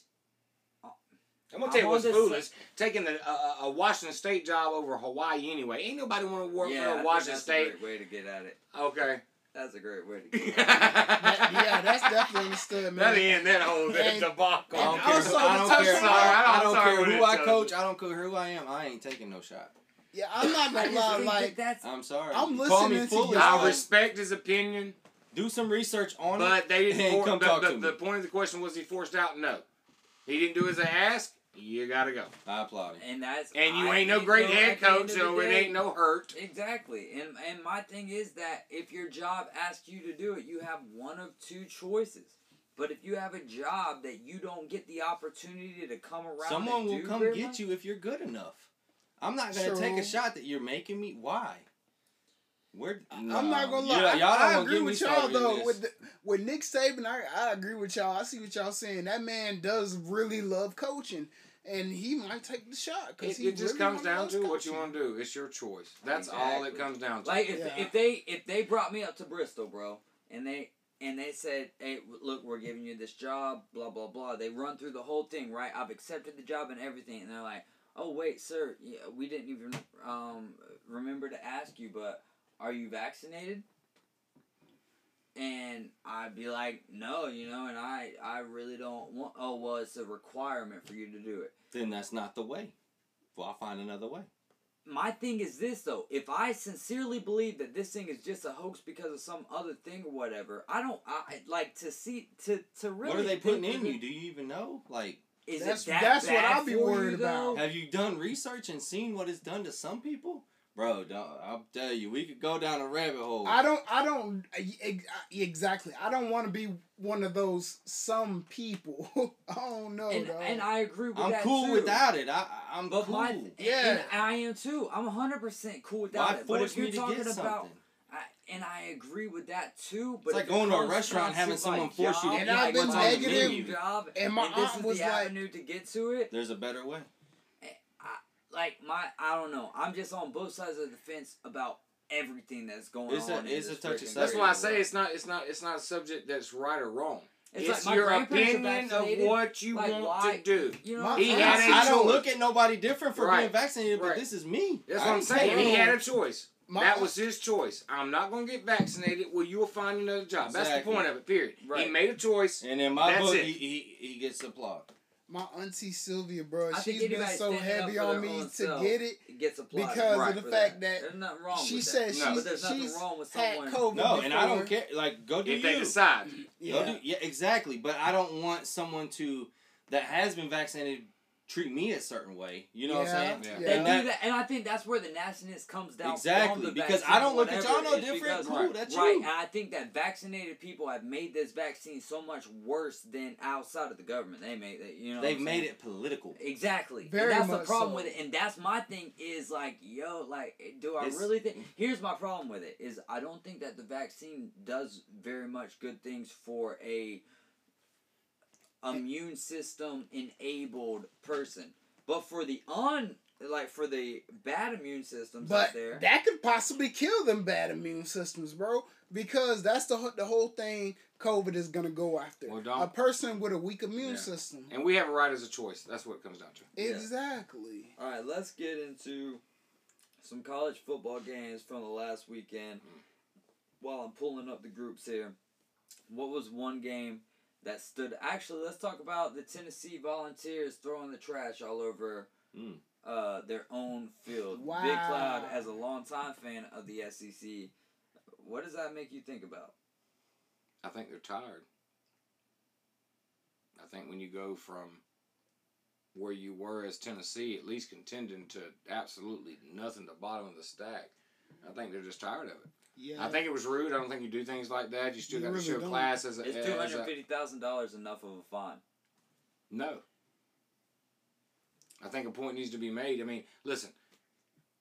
Speaker 4: I'm gonna
Speaker 3: I'm
Speaker 4: tell you
Speaker 3: on
Speaker 4: what's
Speaker 3: this-
Speaker 4: foolish. Taking the, uh, a Washington State job over Hawaii anyway. Ain't nobody want to work
Speaker 3: yeah, I
Speaker 4: for a
Speaker 3: think
Speaker 4: Washington
Speaker 3: that's
Speaker 4: State.
Speaker 3: a great way to get at it.
Speaker 4: Okay.
Speaker 3: That's a great way to
Speaker 4: [LAUGHS]
Speaker 3: get at it.
Speaker 5: That- yeah, that's definitely understood, man.
Speaker 4: That end that whole
Speaker 5: Hey,
Speaker 4: debacle.
Speaker 6: I don't
Speaker 5: And
Speaker 6: care.
Speaker 5: also,
Speaker 6: I
Speaker 5: the
Speaker 6: don't
Speaker 5: touchdown-
Speaker 6: care.
Speaker 4: Sorry, I don't-
Speaker 6: I don't
Speaker 4: sorry
Speaker 6: care
Speaker 4: when
Speaker 6: who
Speaker 4: it
Speaker 6: I
Speaker 4: tells
Speaker 6: coach.
Speaker 4: you.
Speaker 6: I don't care who I am. I ain't taking no shot.
Speaker 5: Yeah, I'm not
Speaker 3: I
Speaker 5: gonna
Speaker 3: just
Speaker 5: lie.
Speaker 3: think
Speaker 5: Like
Speaker 3: that that's
Speaker 6: I'm sorry.
Speaker 5: I'm
Speaker 6: You call me
Speaker 5: listening to
Speaker 6: foolish,
Speaker 5: you.
Speaker 4: I
Speaker 6: but
Speaker 4: respect his opinion.
Speaker 6: Do some research on it.
Speaker 4: But they didn't.
Speaker 6: and
Speaker 4: For,
Speaker 6: come
Speaker 4: the,
Speaker 6: talk
Speaker 4: the,
Speaker 6: to me.
Speaker 4: the point of the question was he forced out? No, he didn't do as they asked. You gotta go.
Speaker 6: I applaud him.
Speaker 3: And that's
Speaker 4: And you
Speaker 3: I
Speaker 4: ain't no
Speaker 3: think,
Speaker 4: great
Speaker 3: though,
Speaker 4: head
Speaker 3: at the end of
Speaker 4: coach, so
Speaker 3: the
Speaker 4: it
Speaker 3: day-
Speaker 4: ain't no hurt.
Speaker 3: Exactly. And and my thing is that if your job asks you to do it, you have one of two choices. But if you have a job that you don't get the opportunity to come around,
Speaker 6: Someone
Speaker 3: and
Speaker 6: will
Speaker 3: do
Speaker 6: come
Speaker 3: very
Speaker 6: get
Speaker 3: much-
Speaker 6: you if you're good enough. I'm not gonna take
Speaker 5: True.
Speaker 6: a shot that you're making me. Why? We're
Speaker 4: No.
Speaker 5: I'm not gonna lie.
Speaker 6: Yeah,
Speaker 5: I-
Speaker 6: y'all don't
Speaker 5: I,
Speaker 6: wanna
Speaker 5: agree
Speaker 6: get me
Speaker 5: with y'all
Speaker 6: started in
Speaker 5: though.
Speaker 6: this.
Speaker 5: With the, with Nick Saban, I, I agree with y'all. I see what y'all saying. That man does really love coaching, and he might take the shot
Speaker 4: It,
Speaker 5: because
Speaker 4: it just comes down to what you want to do. It's your choice. That's all it
Speaker 3: Exactly.
Speaker 4: comes down to.
Speaker 3: Like if,
Speaker 5: Yeah.
Speaker 3: if they if they brought me up to Bristol, bro, and they and they said, "Hey, look, we're giving you this job, blah blah blah." They run through the whole thing, right? I've accepted the job and everything, and they're like, "Oh wait, sir, yeah, we didn't even um, remember to ask you, but are you vaccinated?" And I'd be like, "No, you know," and I I really don't want. Oh well, it's a requirement for you to do it.
Speaker 6: Then that's not the way. Well, I'll find another way.
Speaker 3: my thing is this though if i sincerely believe that this thing is just a hoax because of some other thing or whatever i don't i I- like to see to to really
Speaker 6: what are they putting
Speaker 3: think
Speaker 6: in
Speaker 3: that
Speaker 6: you? Do you even know? Like,
Speaker 3: it- is
Speaker 5: That's-
Speaker 3: it that
Speaker 5: that's what
Speaker 3: bad
Speaker 5: I'll be
Speaker 3: for you,
Speaker 5: worried
Speaker 3: though?
Speaker 5: about.
Speaker 6: have you done research and seen what it's done to some people? Bro, don't- I'll tell you, we could go down a rabbit hole.
Speaker 5: I don't. I don't. I- ex- Exactly. I don't want to be one of those some people. [LAUGHS] I don't know.
Speaker 3: and,
Speaker 5: dog.
Speaker 3: and i agree with
Speaker 6: I'm
Speaker 3: that
Speaker 6: cool
Speaker 3: too.
Speaker 6: without it. I, I'm
Speaker 3: but
Speaker 6: cool.
Speaker 3: my yeah
Speaker 5: Yeah.
Speaker 3: and i am too i'm 100% cool without
Speaker 6: Why
Speaker 3: it but
Speaker 6: force
Speaker 3: if you're
Speaker 6: me to
Speaker 3: talking
Speaker 6: get something?
Speaker 3: about I, and i agree with that too but
Speaker 6: It's like
Speaker 3: if it
Speaker 6: going to a
Speaker 3: comes
Speaker 6: restaurant and
Speaker 3: down
Speaker 6: having
Speaker 3: to,
Speaker 6: someone
Speaker 3: like,
Speaker 6: force you to
Speaker 3: job,
Speaker 5: eat And I've
Speaker 3: like,
Speaker 5: been
Speaker 3: what's on the
Speaker 5: negative,
Speaker 3: menu, job
Speaker 5: and my
Speaker 3: this
Speaker 5: aunt
Speaker 3: is
Speaker 5: was
Speaker 3: the
Speaker 5: like-
Speaker 3: avenue to get to it
Speaker 6: There's a better way.
Speaker 3: like my I don't know. I'm just on both sides of the fence about everything that's going
Speaker 6: It's a-
Speaker 3: on. in
Speaker 6: it's
Speaker 3: this
Speaker 6: a touchy
Speaker 3: freaking
Speaker 6: subject.
Speaker 4: That's why I say
Speaker 3: world.
Speaker 4: it's not it's not it's not a subject that's right or wrong.
Speaker 3: It's
Speaker 4: It's,
Speaker 3: like my
Speaker 4: your
Speaker 3: grandparents are
Speaker 4: opinion of
Speaker 3: vaccinated.
Speaker 4: what you
Speaker 3: Like,
Speaker 4: want
Speaker 3: why-
Speaker 4: to do.
Speaker 3: You know,
Speaker 5: My
Speaker 3: what
Speaker 4: He
Speaker 3: I'm
Speaker 4: had
Speaker 3: saying?
Speaker 4: a
Speaker 6: I don't
Speaker 4: choice.
Speaker 6: look at nobody different for being
Speaker 4: Right.
Speaker 6: vaccinated, but
Speaker 4: Right.
Speaker 6: this is me.
Speaker 4: That's
Speaker 6: I
Speaker 4: what I'm
Speaker 6: ain't
Speaker 4: saying. He
Speaker 6: paying.
Speaker 4: had a choice.
Speaker 5: My-
Speaker 4: that was his choice. I'm not gonna get vaccinated. Well, you will find another job. That's the
Speaker 6: Exactly.
Speaker 4: point of it. Period.
Speaker 3: Right.
Speaker 4: He made a choice.
Speaker 6: And in my
Speaker 4: That's
Speaker 6: book,
Speaker 4: it.
Speaker 6: he, he he gets applaud.
Speaker 5: my auntie Sylvia, bro,
Speaker 3: I think
Speaker 5: she's been
Speaker 3: anybody
Speaker 5: so
Speaker 3: standing up
Speaker 5: heavy
Speaker 3: for their
Speaker 5: on me
Speaker 3: own
Speaker 5: to
Speaker 3: self
Speaker 5: get it.
Speaker 3: It gets applauded
Speaker 5: because
Speaker 4: of
Speaker 5: the
Speaker 3: for
Speaker 5: fact that
Speaker 3: there's nothing wrong.
Speaker 5: she
Speaker 3: with
Speaker 5: said
Speaker 3: that.
Speaker 4: No.
Speaker 5: she's,
Speaker 3: but there's nothing
Speaker 5: she's
Speaker 3: wrong with
Speaker 5: had
Speaker 3: someone.
Speaker 5: COVID
Speaker 6: No, and I
Speaker 5: before.
Speaker 6: don't care. Like, go do you.
Speaker 4: If they decide,
Speaker 6: Go
Speaker 5: Yeah.
Speaker 6: do- yeah, exactly. But I don't want someone to that has been vaccinated treat me a certain way. You know what
Speaker 5: Yeah,
Speaker 6: I'm saying?
Speaker 5: yeah.
Speaker 3: They
Speaker 6: And
Speaker 3: do
Speaker 6: that-
Speaker 3: that, and I think that's where the nastiness comes down.
Speaker 6: Exactly,
Speaker 3: from the
Speaker 6: because
Speaker 3: vaccine
Speaker 6: I don't look at
Speaker 3: whatever,
Speaker 6: y'all no
Speaker 3: is
Speaker 6: different.
Speaker 3: because-
Speaker 6: Cool, that's
Speaker 3: right,
Speaker 6: you.
Speaker 3: and I think that vaccinated people have made this vaccine so much worse than outside of the government. They made that, you know. what
Speaker 6: They've
Speaker 3: I'm
Speaker 6: made
Speaker 3: saying? [LAUGHS]
Speaker 6: it political.
Speaker 3: Exactly. And
Speaker 5: Very
Speaker 3: that's the
Speaker 5: much
Speaker 3: problem
Speaker 5: so.
Speaker 3: with it. And that's my thing is like, yo, like, do I
Speaker 6: It's-
Speaker 3: really think? Here's my problem with it is I don't think that the vaccine does very much good things for a immune system enabled person, but for the un like for the bad immune systems out
Speaker 5: But
Speaker 3: there.
Speaker 5: that could possibly kill them bad immune systems, bro. Because that's the ho- the whole thing COVID is gonna go after.
Speaker 4: Well, don't-
Speaker 5: a person with a weak immune
Speaker 4: Yeah.
Speaker 5: system.
Speaker 4: and we have a right as a choice. That's what it comes down to.
Speaker 3: Yeah.
Speaker 5: Exactly.
Speaker 3: All right, let's get into some college football games from the last weekend. While I'm pulling up the groups here, what was one game that stood? Actually, let's talk about the Tennessee Volunteers throwing the trash all over
Speaker 6: Mm.
Speaker 3: uh, their own field. Big
Speaker 5: Wow.
Speaker 3: Cloud, as a longtime fan of the SEC, what does that make you think about?
Speaker 4: I think they're tired. I think when you go from where you were as Tennessee, at least contending to absolutely nothing, the bottom of the stack, I think they're just tired of it.
Speaker 5: Yeah.
Speaker 4: I think it was rude. I don't think you do things like that. You still
Speaker 5: You
Speaker 4: got
Speaker 5: really
Speaker 4: to show
Speaker 5: don't.
Speaker 4: class as a.
Speaker 3: Is
Speaker 4: as
Speaker 3: two
Speaker 4: a-
Speaker 3: hundred fifty thousand dollars enough of a fine?
Speaker 4: no. I think a point needs to be made. I mean, listen,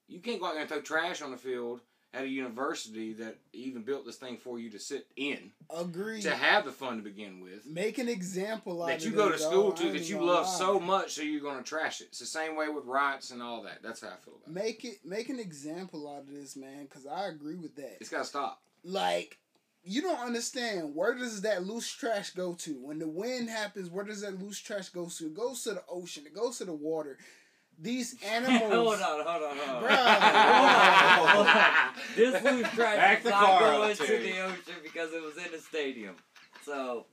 Speaker 4: you can't go out there and throw trash on the field at a university that even built this thing for you to sit in,
Speaker 5: Agree.
Speaker 4: to have the fun to begin with.
Speaker 5: Make an example out
Speaker 4: that
Speaker 5: of
Speaker 4: you
Speaker 5: it,
Speaker 4: go to school
Speaker 5: dog. I
Speaker 4: to
Speaker 5: ain't
Speaker 4: that you
Speaker 5: gonna
Speaker 4: love
Speaker 5: lie.
Speaker 4: so much, so you're gonna trash it. It's the same way with riots and all that. That's how I feel about it.
Speaker 5: Make it make an example out of this, man, because I agree with that.
Speaker 4: It's gotta stop.
Speaker 5: like you don't understand where does that loose trash go to when the wind happens where does that loose trash go to it goes to the ocean it goes to the water these animals
Speaker 3: [LAUGHS] hold on, hold on, hold on.
Speaker 5: Bruh.
Speaker 3: Hold on, hold on. This loose trash
Speaker 6: Back
Speaker 3: did
Speaker 6: the
Speaker 3: not
Speaker 6: car
Speaker 3: go
Speaker 6: up,
Speaker 3: into
Speaker 6: Terry.
Speaker 3: the ocean because it was in the stadium. So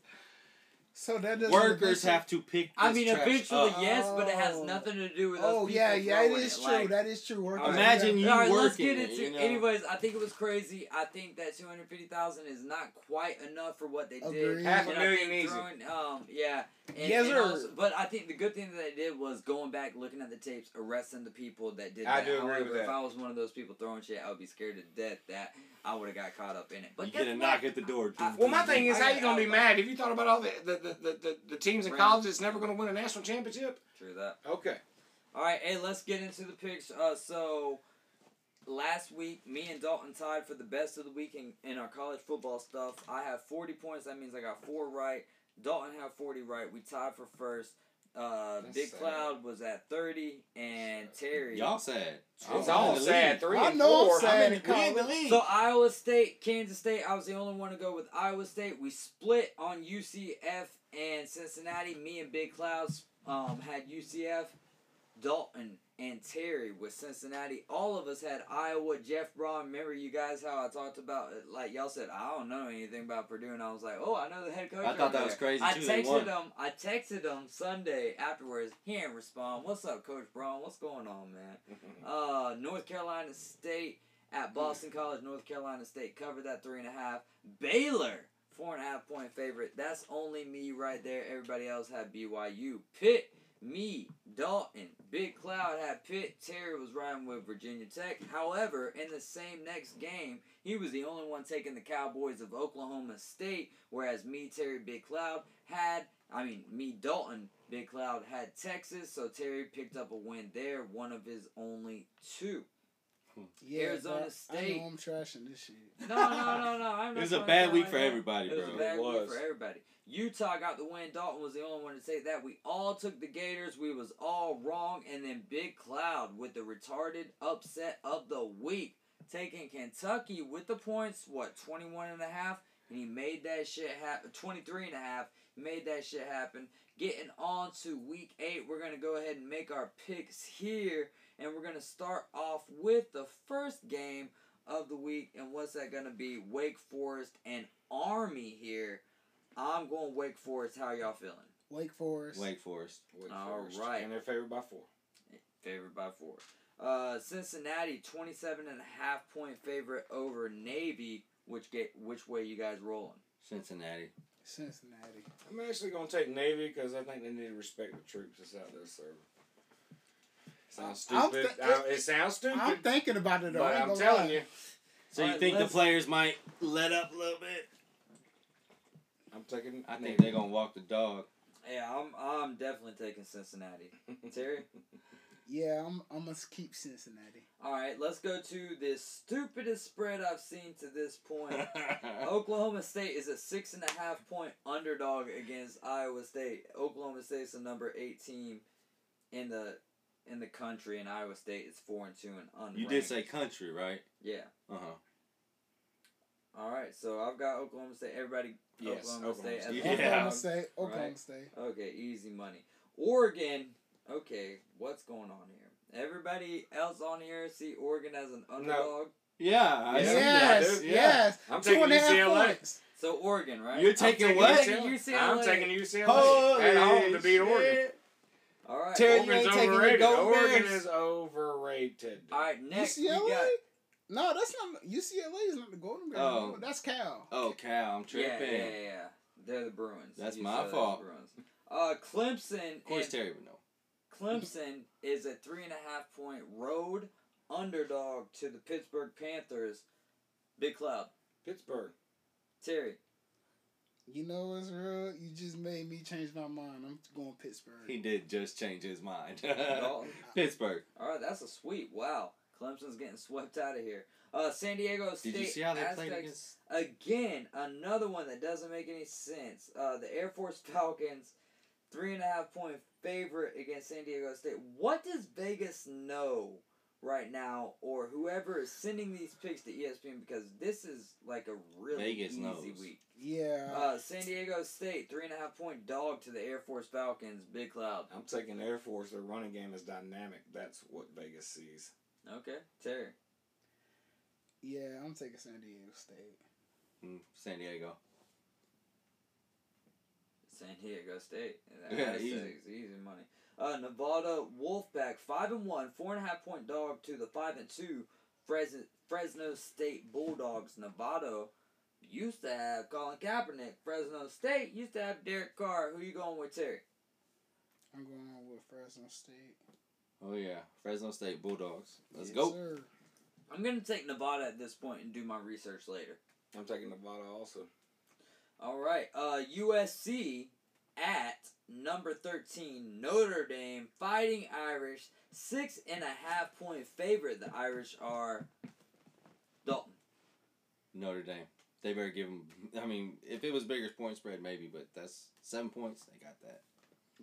Speaker 5: So that doesn't
Speaker 6: [LAUGHS] Workers
Speaker 5: eventually-
Speaker 6: have to pick. This
Speaker 3: I mean,
Speaker 6: trash
Speaker 3: eventually,
Speaker 6: up.
Speaker 3: yes, but it has
Speaker 5: Oh.
Speaker 3: nothing to do with those
Speaker 5: Oh
Speaker 3: people
Speaker 5: yeah, yeah, it
Speaker 3: throwing
Speaker 5: is
Speaker 3: it.
Speaker 5: true.
Speaker 3: Like,
Speaker 5: that is true. Workers
Speaker 6: Imagine
Speaker 5: have-
Speaker 6: you
Speaker 3: All right,
Speaker 6: working.
Speaker 3: let's get
Speaker 6: it,
Speaker 3: into.
Speaker 6: you know?
Speaker 3: Anyways, I think it was crazy. I think that two hundred fifty thousand is not quite enough for what they did.
Speaker 5: Agreed.
Speaker 4: Half a
Speaker 3: And I think
Speaker 4: million easy.
Speaker 3: throwing- um, yeah. And,
Speaker 5: Yes,
Speaker 3: and
Speaker 5: sir.
Speaker 3: also- but I think the good thing that they did was going back, looking at the tapes, arresting the people that did
Speaker 4: I
Speaker 3: that.
Speaker 4: do agree with
Speaker 3: However, if
Speaker 4: that.
Speaker 3: I was one of those people throwing shit, I would be scared to death that I would have got caught up in it. But
Speaker 6: you
Speaker 3: guess
Speaker 6: get a
Speaker 3: what?
Speaker 6: knock at the door.
Speaker 3: I-
Speaker 4: Well, my thing is, how
Speaker 3: I-
Speaker 4: you gonna be
Speaker 3: I-
Speaker 4: mad if you thought about all the the, the, the, the, the teams in
Speaker 3: Right.
Speaker 4: college that's never gonna win a national championship?
Speaker 3: True that.
Speaker 4: [LAUGHS] Okay.
Speaker 3: All right, hey, let's get into the picks. Uh, so last week, me and Dalton tied for the best of the week in, in our college football stuff. I have forty points. That means I got four right. Dalton had forty right. We tied for first. Uh,
Speaker 4: That's
Speaker 3: Big
Speaker 4: sad.
Speaker 3: Cloud was at thirty, and Terry.
Speaker 6: Y'all sad.
Speaker 4: It's
Speaker 6: I'm
Speaker 4: all
Speaker 6: in the
Speaker 4: sad.
Speaker 6: lead.
Speaker 4: Three
Speaker 5: I
Speaker 4: and
Speaker 5: know I'm
Speaker 4: four.
Speaker 5: sad.
Speaker 6: I'm
Speaker 5: Sad
Speaker 6: in
Speaker 5: in
Speaker 6: the, we in the
Speaker 5: college.
Speaker 6: league.
Speaker 3: So Iowa State, Kansas State. I was the only one to go with Iowa State. We split on UCF and Cincinnati. Me and Big Clouds um, had UCF. Dalton and Terry with Cincinnati. All of us had Iowa. Jeff Braun. Remember you guys how I talked about it? like y'all said I don't know anything about Purdue and I was like oh I know the head coach.
Speaker 6: I thought
Speaker 3: over
Speaker 6: that was
Speaker 3: there."
Speaker 6: crazy,
Speaker 3: I
Speaker 6: too. They won.
Speaker 3: texted him. I texted him Sunday afterwards. He didn't respond. What's up, Coach Braun? What's going on, man? Uh, North Carolina State at Boston College. North Carolina State covered that three and a half. Baylor, four and a half point favorite. That's only me right there. Everybody else had BYU. Pitt, me, Dalton, Big Cloud had Pitt. Terry was riding with Virginia Tech. However, in the same next game, he was the only one taking the Cowboys of Oklahoma State, whereas me, Terry, Big Cloud had. I mean, me, Dalton, Big Cloud had Texas, so Terry picked up a win there, one of his only
Speaker 6: [LAUGHS]
Speaker 3: two.
Speaker 5: Yeah,
Speaker 3: Arizona
Speaker 5: bro, I
Speaker 3: State.
Speaker 5: know I'm trashing this shit.
Speaker 3: No, no, no, no. I'm
Speaker 6: It
Speaker 3: not
Speaker 6: was a
Speaker 3: trying to
Speaker 6: bad
Speaker 3: sound
Speaker 6: week
Speaker 3: like
Speaker 6: for
Speaker 3: that.
Speaker 6: everybody,
Speaker 3: It was
Speaker 6: bro.
Speaker 3: a bad
Speaker 7: It
Speaker 3: week
Speaker 7: was.
Speaker 3: for everybody. Utah got the win. Dalton was the only one to say that. We all took the Gators. We was all wrong. And then Big Cloud with the retarded upset of the week, taking Kentucky with the points, what, 21 and a half? And he made that shit happen. 23 and a half. He made that shit happen. Getting on to week eight, we're going to go ahead and make our picks here. And we're going to start off with the first game of the week, and what's that gonna be? Wake Forest and Army here. I'm going Wake Forest. How y'all feeling?
Speaker 5: Wake Forest.
Speaker 6: Wake Forest.
Speaker 4: Wake
Speaker 3: All
Speaker 4: Forest.
Speaker 3: right.
Speaker 7: And they're favored by four.
Speaker 3: Favored by four. Uh, Cincinnati, 27 and a half point favorite over Navy. Which get which way you guys rolling?
Speaker 6: Cincinnati.
Speaker 5: Cincinnati.
Speaker 7: I'm actually gonna take Navy because I think they need to respect the troops that's out there serving. Sounds
Speaker 5: I'm
Speaker 7: stupid.
Speaker 5: thi-
Speaker 7: I- it sounds stupid,
Speaker 5: I'm thinking about it though.
Speaker 7: but
Speaker 5: I ain't
Speaker 7: I'm
Speaker 5: gonna
Speaker 7: telling
Speaker 5: lie.
Speaker 7: you,
Speaker 6: So
Speaker 3: All
Speaker 6: you
Speaker 3: right,
Speaker 6: think the
Speaker 3: let's-
Speaker 6: players might let up a little bit?
Speaker 7: I'm taking.
Speaker 6: I
Speaker 7: Navy.
Speaker 6: think they're gonna walk the [LAUGHS] dog.
Speaker 3: Yeah, I'm I'm definitely taking [LAUGHS] Cincinnati. Terry.
Speaker 5: Yeah, I'm. I'm gonna keep Cincinnati.
Speaker 3: All right, let's go to the stupidest spread I've seen to this [LAUGHS] point. Oklahoma State is a six and a half point underdog against Iowa State. Oklahoma State's the number eight team in the in the country, and Iowa State is four and two and unranked.
Speaker 6: you did say country, right?
Speaker 3: yeah.
Speaker 6: Uh huh.
Speaker 3: All right, so I've got Oklahoma State. Everybody,
Speaker 7: Yes,
Speaker 3: Oklahoma,
Speaker 7: Oklahoma
Speaker 3: State.
Speaker 6: State.
Speaker 3: as
Speaker 6: Yeah.
Speaker 3: an
Speaker 5: Oklahoma
Speaker 3: underdog.
Speaker 5: State. Oklahoma
Speaker 3: Right.
Speaker 5: State.
Speaker 3: Okay, easy money. Oregon. Okay, what's going on here? Everybody else on here see Oregon as an underdog.
Speaker 6: Yeah. I
Speaker 7: Yeah,
Speaker 6: see
Speaker 5: yes.
Speaker 6: that.
Speaker 5: Yes.
Speaker 7: I'm
Speaker 5: Two
Speaker 7: taking
Speaker 5: and a half
Speaker 7: UCLA.
Speaker 5: points.
Speaker 3: So Oregon, right?
Speaker 6: You're
Speaker 7: I'm
Speaker 6: taking what?
Speaker 3: Taking UCLA.
Speaker 7: I'm taking UCLA
Speaker 6: Holy
Speaker 7: at home to beat Oregon.
Speaker 6: shit.
Speaker 3: All right.
Speaker 6: Terry, you
Speaker 7: Oregon's
Speaker 6: ain't taking your
Speaker 7: overrated.
Speaker 6: gold
Speaker 7: Oregon
Speaker 6: bears.
Speaker 7: is overrated.
Speaker 3: All right, next we
Speaker 5: UCLA.
Speaker 3: got
Speaker 5: No, that's not UCLA. Is not the Golden Bears.
Speaker 6: Oh.
Speaker 5: no, that's Cal.
Speaker 6: Oh, cow! I'm
Speaker 3: Yeah,
Speaker 6: tripping.
Speaker 3: yeah, yeah, yeah. They're the Bruins.
Speaker 6: That's
Speaker 3: You
Speaker 6: my
Speaker 3: said they're the
Speaker 6: fault.
Speaker 3: Bruins. Uh, Clemson.
Speaker 6: Of course,
Speaker 3: and-
Speaker 6: Terry would know.
Speaker 3: Clemson is a three and a half point road underdog to the Pittsburgh Panthers. Big Cloud.
Speaker 7: Pittsburgh.
Speaker 3: Terry.
Speaker 6: [LAUGHS]
Speaker 5: You know what's real? You just made me change my mind. I'm going Pittsburgh.
Speaker 6: He did just change his mind.
Speaker 3: Dalton.
Speaker 6: [LAUGHS] Pittsburgh.
Speaker 3: All right, that's a sweep. Wow. Clemson's getting swept out of here. Uh, San Diego State.
Speaker 6: Did you see how they played
Speaker 3: Aztecs.
Speaker 6: against?
Speaker 3: Again, another one that doesn't make any sense. Uh, the Air Force Falcons, three and a half point favorite against San Diego State. What does Vegas know right now, or whoever is sending these picks to E ESPN? Because this is like a really
Speaker 6: Vegas
Speaker 3: easy
Speaker 6: knows.
Speaker 3: week.
Speaker 5: yeah.
Speaker 3: Uh, San Diego State, three and a half point dog to the Air Force Falcons. Big Cloud.
Speaker 7: I'm taking Air Force. Their running game is dynamic. That's what Vegas sees.
Speaker 3: Okay, Terry.
Speaker 5: yeah, I'm taking
Speaker 6: hmm,
Speaker 5: San Diego State.
Speaker 6: Mm, San Diego.
Speaker 3: San Diego State. And
Speaker 6: Yeah,
Speaker 3: that's
Speaker 6: easy.
Speaker 3: easy. easy money. Uh, Nevada Wolfpack five and one, four and a half point dog to the five and two Fresno Fresno State Bulldogs. Nevada used to have Colin Kaepernick. Fresno State used to have Derek Carr. Who you going with, Terry?
Speaker 5: I'm going with Fresno State.
Speaker 6: Oh yeah, Fresno State Bulldogs. Let's
Speaker 5: Yes,
Speaker 6: go.
Speaker 5: sir.
Speaker 3: I'm gonna take Nevada at this point and do my research later.
Speaker 7: I'm taking Nevada also.
Speaker 3: All right, uh, USC at number thirteen Notre Dame Fighting Irish six and a half point favorite. The Irish are Dalton.
Speaker 6: Notre Dame. They better give them. I mean, if it was bigger point spread, maybe, but that's seven points. They got that.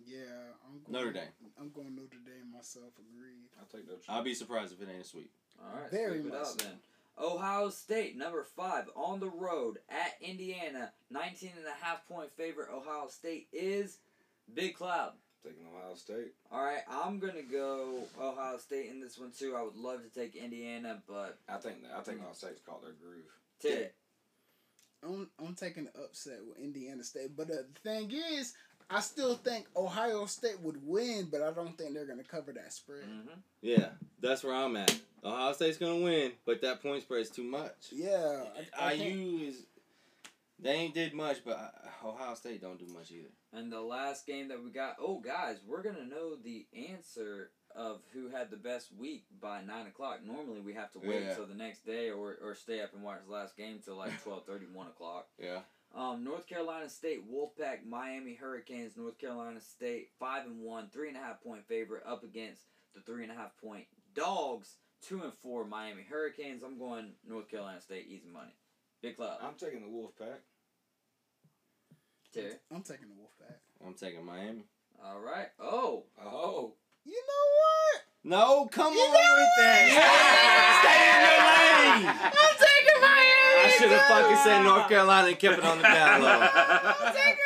Speaker 5: Yeah, I'm going,
Speaker 6: Notre Dame.
Speaker 5: I'm going Notre Dame myself. Agreed.
Speaker 7: I'll take Notre
Speaker 6: I'll be surprised if it ain't a sweep.
Speaker 3: All right,
Speaker 5: Very
Speaker 3: sweep it
Speaker 5: much
Speaker 3: up
Speaker 5: so.
Speaker 3: then. Ohio State number five on the road at Indiana 19 and a half point favorite. Ohio State is Big Cloud.
Speaker 7: taking Ohio State.
Speaker 3: All right, I'm gonna go Ohio State in this one too. I would love to take Indiana, but
Speaker 7: I think I
Speaker 6: Hmm.
Speaker 7: think Ohio State's caught their groove.
Speaker 3: Terry,
Speaker 5: I'm, I'm taking the upset with Indiana State. But the thing is, I still think Ohio State would win, but I don't think they're going to cover that spread.
Speaker 6: Mm.
Speaker 3: Mhm.
Speaker 6: Yeah, that's where I'm at. Ohio State's gonna win, but that point spread's too much.
Speaker 5: Yeah. I, I think-
Speaker 6: IU is. They ain't did much, but I- Ohio State don't do much either.
Speaker 3: And the last game that we got, oh guys, we're gonna know the answer of who had the best week by nine o'clock. Normally we have to wait
Speaker 6: Yeah.
Speaker 3: till the next day or, or stay up and watch the last game till like 12, 1 o'clock.
Speaker 6: Yeah.
Speaker 3: Um, North Carolina State Wolfpack Miami Hurricanes. North Carolina State five and one, three and a half point favorite up against the three and a half point dogs. Two and four Miami Hurricanes. I'm going North Carolina State easy money. Big club.
Speaker 7: I'm taking the Wolfpack.
Speaker 3: Terry.
Speaker 5: I'm taking the Wolfpack.
Speaker 6: I'm taking Miami.
Speaker 3: All right. Oh,
Speaker 7: Oh,
Speaker 5: You know
Speaker 6: No, come
Speaker 5: You
Speaker 6: on
Speaker 5: know
Speaker 6: with that. Stay in your lane.
Speaker 5: what? I'm taking Miami.
Speaker 6: I should have
Speaker 5: too.
Speaker 6: fucking said North Carolina and kept it on the down [LAUGHS] low.
Speaker 5: I'm taking Miami.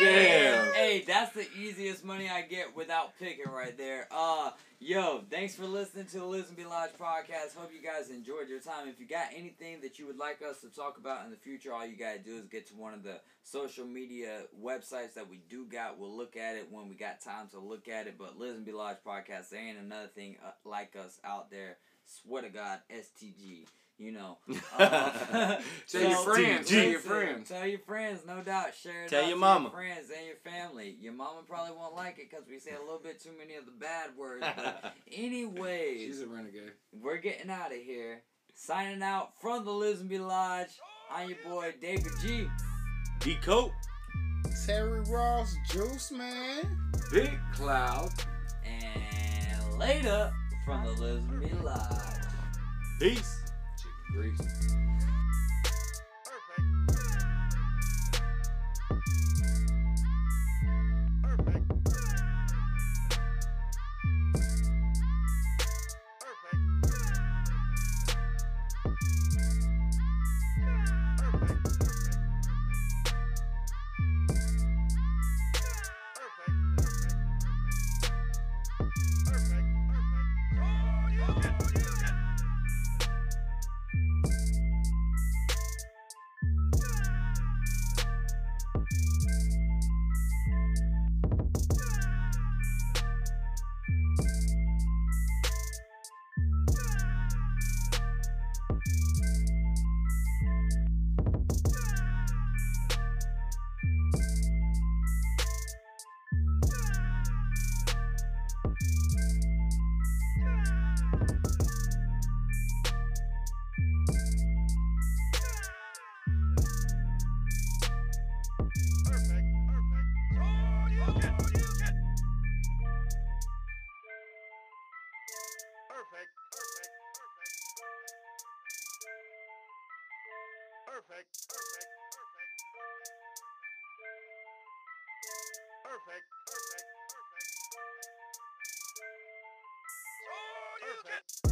Speaker 6: Damn.
Speaker 3: [LAUGHS] Hey, that's the easiest money I get without picking right there. Uh, yo, thanks for listening to the Listen Be Lodge podcast. Hope you guys enjoyed your time. If you got anything that you would like us to talk about in the future, all you gotta do is get to one of the social media websites that we do got. We'll look at it when we got time to look at it. But Listen Be Lodge podcast, there ain't another thing uh, like us out there. Swear to God, STG. You know.
Speaker 6: [LAUGHS]
Speaker 3: Uh,
Speaker 4: Tell your
Speaker 3: so-
Speaker 4: friends. Tell your
Speaker 3: Listen,
Speaker 4: friends.
Speaker 3: Tell your friends, no doubt. Share it
Speaker 6: Tell
Speaker 3: out
Speaker 6: your
Speaker 3: to
Speaker 6: mama.
Speaker 3: Your friends and your family. Your mama probably won't like it because we say a little bit too many of the bad words.
Speaker 6: [LAUGHS]
Speaker 3: But anyways,
Speaker 4: She's a renegade.
Speaker 3: we're getting out of here. Signing out from the Lisbon Lodge. I'm your boy David G.
Speaker 6: D Cope.
Speaker 5: Terry Ross, Juice Man.
Speaker 4: Big Cloud.
Speaker 3: And later from the Lisbon Lodge.
Speaker 6: Peace.
Speaker 4: Chicken grease.
Speaker 1: Perfect. Perfect. Perfect. Perfect. Oh, you get, you get. Perfect. Perfect. Perfect. Perfect. Perfect. Perfect. Perfect. Perfect. Perfect. Perfect. Oh, you get.